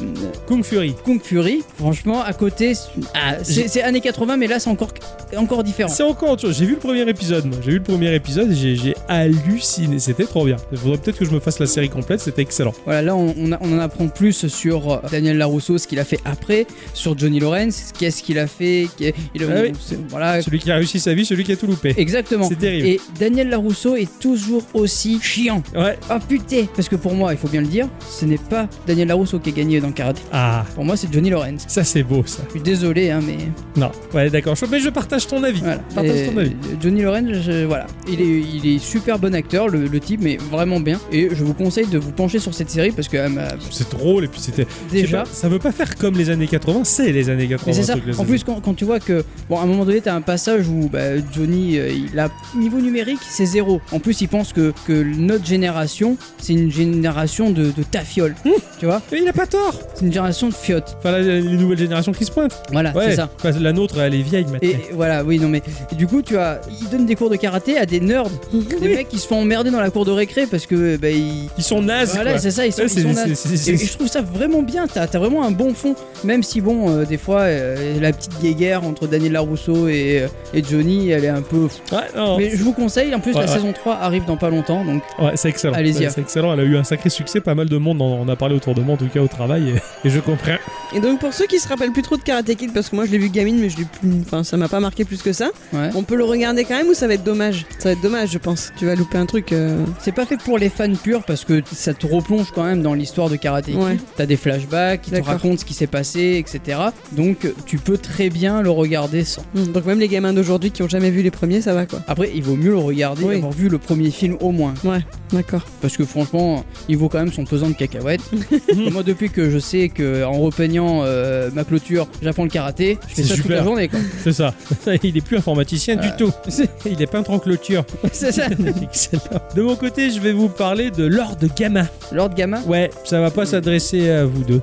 Kung Fury. Kung Fury. Franchement, à côté, c'est- ah, c'est c'est années 80, mais là, c'est encore, encore différent. C'est encore autre chose. J'ai vu le premier épisode, moi. J'ai vu le premier épisode et j'ai j'ai halluciné. C'était trop bien. Il faudrait peut-être que je me fasse la série complète. C'était excellent. Voilà, là, on, on a- on en apprend plus sur euh, Daniel Larousseau, ce qu'il a fait après, sur Johnny Lawrence, qu'est-ce qu'il a fait. qu'est- il a- Ah oui. c'est- voilà, Celui qui a réussi sa vie, celui qui a tout loupé. exactement. C'est terrible. Et Daniel Larousseau est toujours aussi chiant. Ouais. Oh putain Parce que pour moi, il faut bien le dire, ce n'est pas Daniel Larousseau qui a gagné dans Karate. Ah, Pour moi, c'est Johnny Lawrence. ça, c'est beau, ça. Je suis désolé, hein, mais Non. Ouais, d'accord. Je- Mais je partage ton avis. Voilà. Partage Et ton avis. Johnny Lawrence, je- voilà, il est, il est super bon acteur, le, le type, mais vraiment bien. Et je vous conseille de vous pencher sur cette série parce que euh, bah, C'est drôle et puis c'était je sais déjà. pas, ça veut pas faire comme les années 80, c'est les années 80. Mais c'est le ça. truc, les En années- plus, quand, quand tu vois que, bon, à un moment donné, t'as un passage où bah, Johnny, euh, il a niveau numérique, c'est zéro. En plus, il pense que, que notre génération, c'est une génération de, de tafioles. tu vois, Mais il a pas tort. c'est une génération de fiottes. Enfin, là, les nouvelles générations qui se pointent. Voilà, Ouais. c'est ça. Enfin, la nôtre, elle est vieille maintenant. Et voilà, oui, non mais et du coup, tu as, il donne des cours de karaté à des nerds, des mecs qui se font emmerder dans la cour de récré parce que bah, ils, Ils sont nazes. Voilà, Ah, quoi. c'est ça, ils sont, Ouais, ils sont c'est- là. c'est- c'est- Et c'est- je trouve ça vraiment bien, t'as as vraiment un bon fond, même si bon, euh, des fois, euh, la petite guéguerre entre Daniel Larousseau et, euh, et Johnny, elle est un peu... Ouais, non. Mais je vous conseille, en plus Ouais, la ouais. saison 3 arrive dans pas longtemps, donc Ouais, c'est excellent. Allez-y. hein. Ouais, C'est excellent. Elle a eu un sacré succès. Pas mal de monde en en a parlé autour de moi, en tout cas au travail. Et, et je comprends. Et donc, pour ceux qui se rappellent plus trop de Karate Kid, parce que moi je l'ai vu gamine, mais je l'ai plus. Enfin, ça m'a pas marqué plus que ça. ouais. On peut le regarder quand même ou ça va être dommage Ça va être dommage, je pense. Tu vas louper un truc. euh, c'est pas fait pour les fans purs parce que ça te replonge quand même dans l'histoire de Karate Kid. Ouais. T'as des flashbacks, qui te D'accord. racontent ce qui s'est passé, etc. Donc euh, tu peux très bien le regarder sans. hmm, Donc, même les gamins d'aujourd'hui qui ont jamais vu les premiers, ça va quoi. Après, il vaut mieux le regarder Oui. avoir vu le premier film au moins. D'accord. parce que franchement, il vaut quand même son pesant de cacahuètes. Moi, depuis que je sais que en repeignant euh, ma clôture, j'apprends le karaté, je fais C'est ça toute super. la journée. quoi. C'est ça. Il est plus informaticien du Ah. tout. Il est peintre en clôture. C'est ça. Excellent. De mon côté, je vais vous parler de Lord Gamma. Lord Gamma. Ouais, ça va pas Mm. s'adresser à vous deux.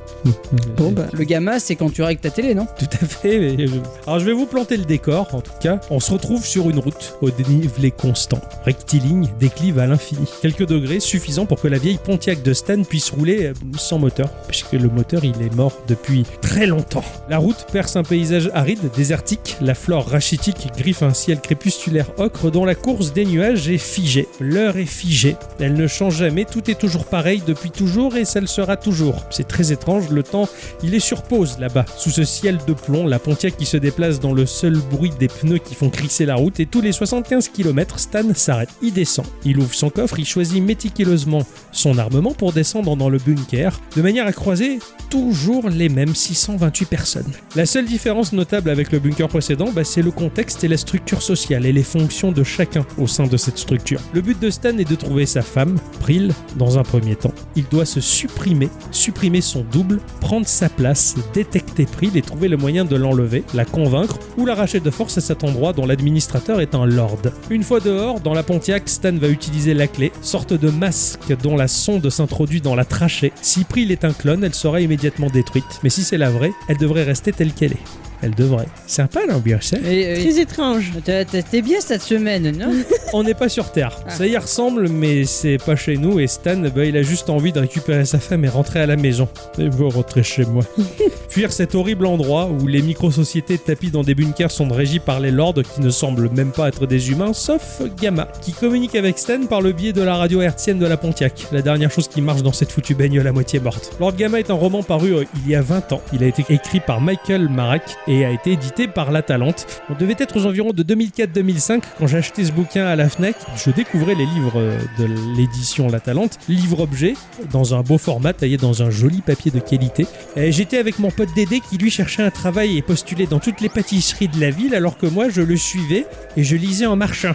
Bon, bah. Le gamma, c'est quand tu règles ta télé, non Tout à fait. mais je- Alors je vais vous planter le décor en tout cas. On se retrouve sur une route au dénivelé constant, rectiligne, déclive à l'infini. Quelques degrés suffisants pour que la vieille Pontiac de Stan puisse rouler euh, sans moteur, puisque le moteur il est mort depuis depuis très longtemps. La route perce un paysage aride, désertique, la flore rachitique griffe un ciel crépusculaire ocre dont la course des nuages est figée. L'heure est figée, elle ne change jamais, tout est toujours pareil depuis toujours et ça le sera toujours. C'est très étrange, le temps, il est sur pause là-bas. Sous ce ciel de plomb, la Pontiac qui se déplace dans le seul bruit des pneus qui font crisser la route et tous les 75 km, Stan s'arrête. Il descend, il ouvre son coffre, il choisit méticuleusement son armement pour descendre dans le bunker, de manière à croiser toujours les mêmes 628 personnes. La seule différence notable avec le bunker précédent, bah, c'est le contexte et la structure sociale et les fonctions de chacun au sein de cette structure. Le but de Stan est de trouver sa femme, Pril, dans un premier temps. Il doit se supprimer, supprimer son double, prendre sa place, détecter Pril et trouver le moyen de l'enlever, la convaincre ou l'arracher de force à cet endroit dont l'administrateur est un lord. Une fois dehors, dans la Pontiac, Stan va utiliser la clé, sorte de masque dont la sonde s'introduit dans la trachée. Si Pril est un clone, elle sera immédiatement détruite, mais si c'est la vraie, elle devrait rester telle qu'elle est. Elle devrait. Sympa l'ambiance, hein Et, Très étrange. euh, t'as- t'as- T'es bien cette semaine, non On n'est pas sur Terre. Ça y ressemble, mais c'est pas chez nous. Et Stan, bah, il a juste envie de récupérer sa femme et rentrer à la maison. Et vous rentrer chez moi. Fuir cet horrible endroit où les micro-sociétés tapies dans des bunkers sont régies par les lords qui ne semblent même pas être des humains, sauf Gamma, qui communique avec Stan par le biais de la radio hertzienne de la Pontiac, la dernière chose qui marche dans cette foutue bagnole à moitié morte. Lord Gamma est un roman paru euh, il y a 20 ans. Il a été écrit par Michael Marak et a été édité par La Talente. On devait être aux environs de 2004-2005 quand j'ai acheté ce bouquin à la Fnac. Je découvrais les livres euh, de l'édition La Talente, livre-objet, dans un beau format taillé dans un joli papier de qualité. Euh, J'étais avec mon pote Dédé qui lui cherchait un travail et postulait dans toutes les pâtisseries de la ville alors que moi je le suivais et je lisais en marchant.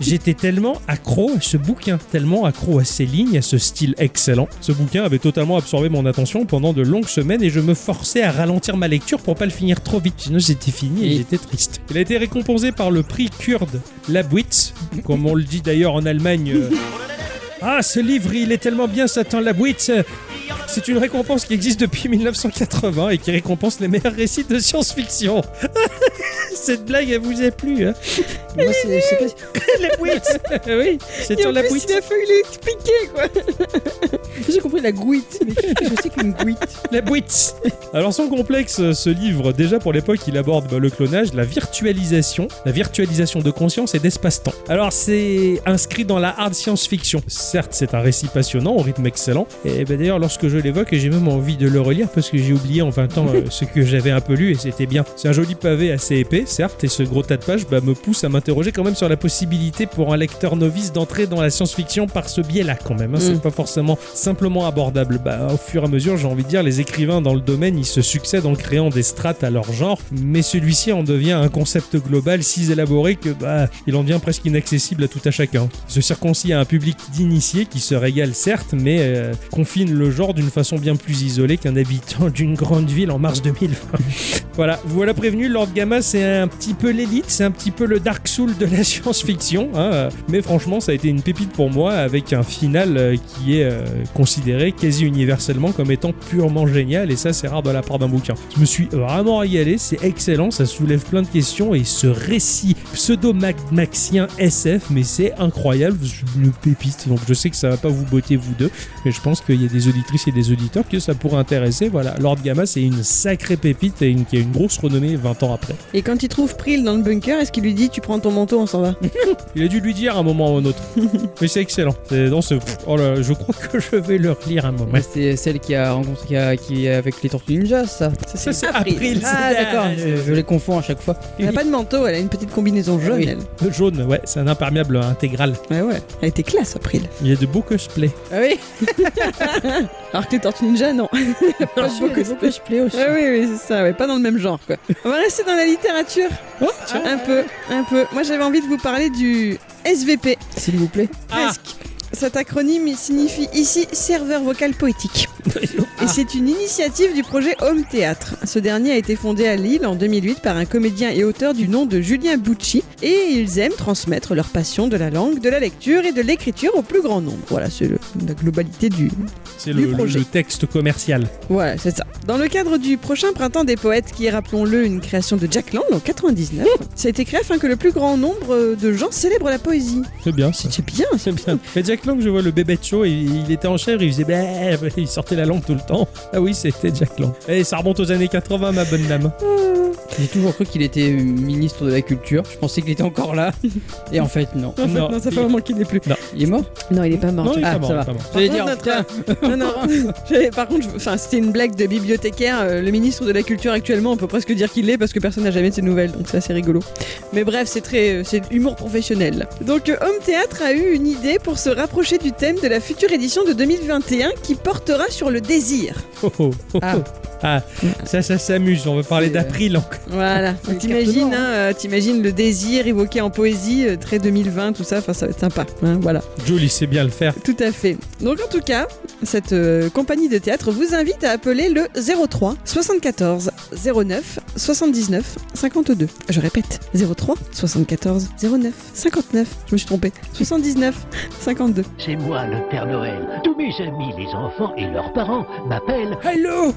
J'étais tellement accro à ce bouquin, tellement accro à ces lignes, à ce style excellent. Ce bouquin avait totalement absorbé mon attention pendant de longues semaines et je me forçais à ralentir ma lecture pour pas le finir trop vite, sinon c'était fini et Et- j'étais triste. Il a été récompensé par le prix kurde Labwitz, comme on le dit d'ailleurs en Allemagne. euh, Ah, ce livre, il est tellement bien, Satan Labwitz c'est une récompense qui existe depuis 1980 et qui récompense les meilleurs récits de science-fiction. Cette blague, elle vous a plu, hein Moi, c'est- je sais pas si- La bouite Oui, c'est Et sur en la plus, bouite. il a failli l'expliquer, quoi. J'ai compris la gouite. Mais qu'est-ce que c'est qu'une gouite La bouite Alors, sans complexe, euh, ce livre, déjà pour l'époque, il aborde bah, le clonage, la virtualisation, la virtualisation de conscience et d'espace-temps. Alors, c'est inscrit dans la hard science-fiction. Certes, c'est un récit passionnant, au rythme excellent. Et bah, d'ailleurs, lorsque je l'évoque, j'ai même envie de le relire parce que j'ai oublié en 20 ans euh, ce que j'avais un peu lu et c'était bien. C'est un joli pavé assez épais, certes, et ce gros tas de pages bah, me pousse à m'interroger quand même sur la possibilité pour un lecteur novice d'entrer dans la science-fiction par ce biais-là quand même. hein. C'est Mm. pas forcément simplement abordable. Bah, au fur et à mesure, j'ai envie de dire, les écrivains dans le domaine, ils se succèdent en créant des strates à leur genre, mais celui-ci en devient un concept global si élaboré que bah, il en devient presque inaccessible à tout à chacun. Il se circoncie à un public d'initiés qui se régale certes, mais euh, confine le genre d'une façon bien plus isolée qu'un habitant d'une grande ville en mars 2020. Voilà, vous voilà prévenu, Lord Gamma, c'est un petit peu l'élite, c'est un petit peu le Dark Soul de la science-fiction. hein, euh, mais franchement, ça a été une pépite pour moi, avec un final euh, qui est euh, considéré quasi universellement comme étant purement génial, et ça, c'est rare de la part d'un bouquin. Je me suis vraiment régalé, c'est excellent, ça soulève plein de questions, et ce récit pseudo-maxien SF, mais c'est incroyable, c'est une pépite, donc je sais que ça va pas vous botter, vous deux, et je pense qu'il y a des auditrices et des auditeurs que ça pourrait intéresser. Voilà, Lord Gamma, c'est une sacrée pépite et une, qui a une grosse renommée 20 ans après. Et quand il trouve Pril dans le bunker, est-ce qu'il lui dit Tu prends ton manteau, on s'en va Il a dû lui dire à un moment ou un autre. Mais c'est excellent. C'est dans ce. Oh là, là, je crois que je vais le relire un moment. C'est celle qui a rencontré, qui, a- qui est avec les Tortues Ninja, ça. Ça, c'est April. April. Ah d'accord, je, je les confonds à chaque fois. Elle n'a pas de manteau, elle a une petite combinaison jaune, Oui. elle. Le jaune, ouais, c'est un imperméable intégral. Ouais, ouais. Elle était classe, April. Il y a de beaux cosplays. Ah oui Alors que les Tortues Ninja, non. Pas beaucoup, beaucoup je plais aussi. Ah oui, oui, c'est ça, ouais, pas dans le même genre, quoi. On va rester dans la littérature. Oh, tiens. Un peu, un peu. Moi, j'avais envie de vous parler du SVP. S'il vous plaît. Ah. Presque. Cet acronyme il signifie ici serveur vocal poétique. oh. Et c'est une initiative du projet Home Théâtre. Ce dernier a été fondé à Lille en 2008 par un comédien et auteur du nom de Julien Bucci. Et ils aiment transmettre leur passion de la langue, de la lecture et de l'écriture au plus grand nombre. Voilà, c'est le- la globalité du, C'est le, Du projet. le texte commercial. voilà, c'est ça. Dans le cadre du prochain Printemps des Poètes, qui est, rappelons-le, une création de Jack Lang en 99, ça a été créé afin que le plus grand nombre euh, de gens célèbrent la poésie. C'est bien, ça. C'est bien, C'est bien. Mais Jack Lang, je vois le bébé de show, il, il était en chèvre, il faisait bah, il sortait la langue tout le temps. Lang. Ah oui, c'était Jack Lang. Et ça remonte aux années 80, ma bonne dame. J'ai toujours cru qu'il était ministre de la Culture. Je pensais qu'il était encore là. Et en fait, non. Non, Non, ça fait un moment qu'il n'est plus. Il est mort Non, il est pas mort. Non, il est Ah, pas mort, ça il va. est pas mort. J'allais Par dire, contre, putain, Non, non. J'avais- Par contre, je- enfin, c'était une blague de bibliothécaire. Euh, Le ministre de la Culture actuellement, on peut presque dire qu'il l'est parce que personne n'a jamais de ses nouvelles, donc ça c'est rigolo. Mais bref, c'est très, euh, c'est humour professionnel. Donc, euh, Home Théâtre a eu une idée pour se rapprocher du thème de la future édition de 2021 qui portera sur le désir. Oh, oh, oh, Ah. oh. Ah, ça, ça s'amuse. On va parler C'est, euh, d'April encore. Voilà. Les T'imagines, cartes noires, hein, euh, t'imagines le désir évoqué en poésie euh, très 2020, tout ça. Enfin, ça va être sympa. hein, voilà. Jolie, sait bien le faire. Tout à fait. Donc en tout cas, cette euh, compagnie de théâtre vous invite à appeler le 03 74 09 79 52. Je répète, 03 74 09 59. Je me suis trompée. 79 52. C'est moi le Père Noël. Tous mes amis, les enfants et leurs parents m'appellent. Allô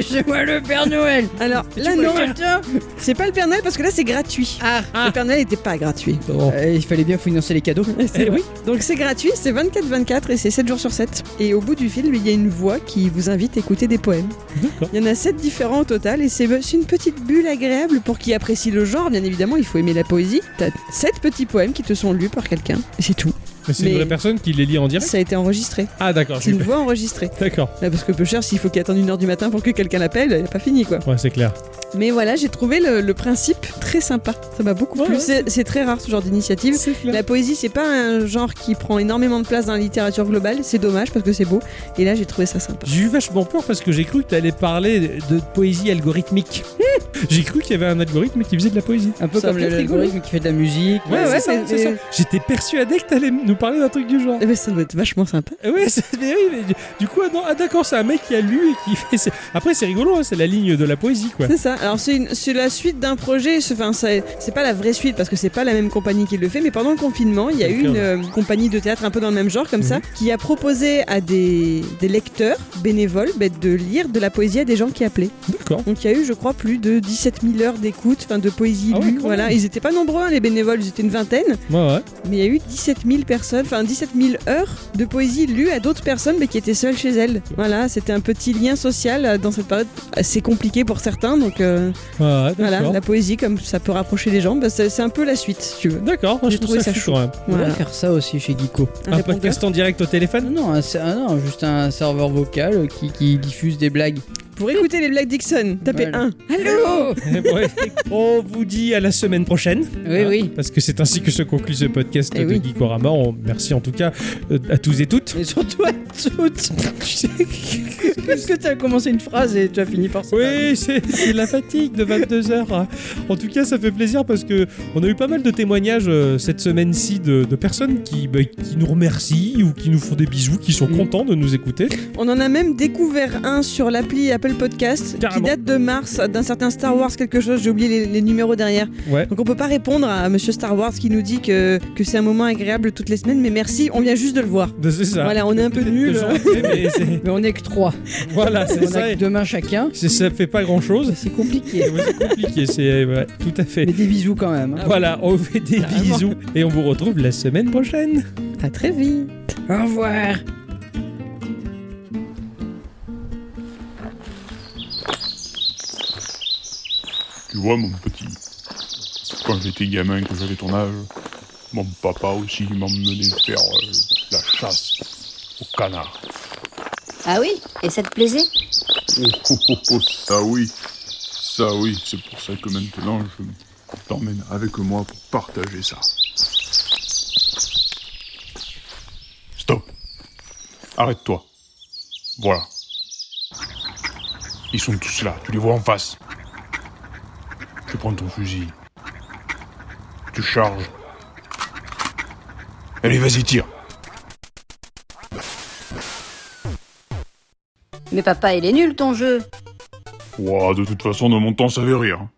C'est moi le Père Noël Alors là Tu non, vois, tiens. c'est pas le Père Noël parce que là c'est gratuit. Ah, Le Père Noël n'était pas gratuit. Bon. Euh, Il fallait bien financer les cadeaux. Eh oui. Donc c'est gratuit, c'est 24-24 et c'est 7 jours sur 7. Et au bout du film, il y a une voix qui vous invite à écouter des poèmes. Oh, D'accord. Il y en a 7 différents au total et c'est c'est une petite bulle agréable pour qui apprécie le genre. Bien évidemment, il faut aimer la poésie. T'as 7 petits poèmes qui te sont lus par quelqu'un et c'est tout. Mais c'est une Mais- vraie personne qui les lit en direct. Ça a été enregistré. Ah, d'accord. C'est une super. voix enregistrée. D'accord. Là, parce que peu cher, s'il faut qu'il attende une heure du matin pour que quelqu'un l'appelle, il a pas fini quoi. Ouais, c'est clair. Mais voilà, j'ai trouvé le, le principe très sympa. Ça m'a beaucoup Ouais, plu. ouais. C'est- C'est très rare ce genre d'initiative. C'est clair. La poésie, c'est pas un genre qui prend énormément de place dans la littérature globale. C'est dommage parce que c'est beau. Et là, j'ai trouvé ça sympa. J'ai eu vachement peur parce que j'ai cru que t'allais parler de poésie algorithmique. j'ai cru qu'il y avait un algorithme qui faisait de la poésie. Un peu Ça comme peut être l'algorithme qui fait de la musique. Ouais, ouais, ouais, c'est mais- ça, c'est ça. mais- J'étais persuadé que t'allais nous parler d'un truc du genre. Eh ben, ça doit être vachement sympa. Eh Ouais, c'est- mais oui, mais du- du coup, ah non, ah d'accord, c'est un mec qui a lu et qui fait. c'est- Après, c'est rigolo, hein, c'est la ligne de la poésie, quoi. C'est ça. Alors, c'est une- c'est la suite d'un projet. C'est- Enfin, c'est c'est pas la vraie suite parce que c'est pas la même compagnie qui le fait. Mais pendant le confinement, il y a eu D'accord. Mhm. une euh, compagnie de théâtre un peu dans le même genre, comme ça, qui a proposé à des, des lecteurs bénévoles ben, de lire de la poésie à des gens qui appelaient. D'accord. Donc, il y a eu, je crois, plus de 17 000 heures d'écoute, enfin, de poésie Ah ouais, lue. quand voilà. même. Ils étaient pas nombreux, hein, les bénévoles, ils étaient une vingtaine. Ouais, ouais. Mais il y a eu 17 000 personnes, enfin 17 000 heures de poésie lues à d'autres personnes, mais qui étaient seules chez elles. Voilà, c'était un petit lien social euh, dans cette période assez compliquée pour certains. Donc euh, Ouais, ouais, voilà, d'accord. la poésie, comme ça peut rapprocher les gens, bah, c'est c'est un peu la suite, si tu veux. D'accord, moi, je J'ai trouve trouvé ça ça chou chou. quand même. On va Voilà. faire ça aussi chez Geeko. Un podcast en direct au téléphone Non, non, un- c'est- ah non, juste un serveur vocal qui, qui diffuse des blagues. Pour écouter les Black Dixon, tapez Voilà. 1. Allô Ouais. On vous dit à la semaine prochaine. Oui, oui. Parce que c'est ainsi que se conclut ce podcast Eh de oui. Geekorama. On- merci en tout cas euh, à tous et toutes. Et surtout à toutes Parce que t'as commencé une phrase et tu as fini par ça. Oui, c'est c'est la fatigue de 22h. En tout cas, ça fait plaisir parce que on a eu pas mal de témoignages euh, cette semaine-ci de, de personnes qui, bah, qui nous remercient ou qui nous font des bisous, qui sont Mm. contents de nous écouter. On en a même découvert un sur l'appli Apple Podcast Carrément. qui date de mars, d'un certain Star Wars quelque chose, j'ai oublié les, les numéros derrière. Ouais. Donc on peut pas répondre à Monsieur Star Wars qui nous dit que, que c'est un moment agréable toutes les semaines, mais merci, on vient juste de le voir. C'est ça. Voilà, on est un peu Peut-être nuls. de janvier, mais c'est- Mais on est que trois. voilà, c'est On a ça. que deux mains chacun. C'est- Ça fait pas grand-chose. C'est compliqué. Et ouais, C'est compliqué, c'est ouais, tout à fait. Mais des bisous quand même. hein. Voilà, on vous fait des Carrément. bisous et on vous retrouve la semaine prochaine. À très vite. Au revoir. Tu vois, mon petit, quand j'étais gamin, que j'avais ton âge, mon papa aussi m'emmenait faire euh, la chasse au canard. Ah oui Et ça te plaisait Oh, oh, oh, oh, ça oui, ça oui, c'est pour ça que maintenant je t'emmène avec moi pour partager ça. Stop Arrête-toi. Voilà. Ils sont tous là, tu les vois en face. Tu prends ton fusil. Tu charges. Allez, vas-y, tire. Mais papa, il est nul ton jeu Ouah, de toute façon, de mon temps, ça veut rien.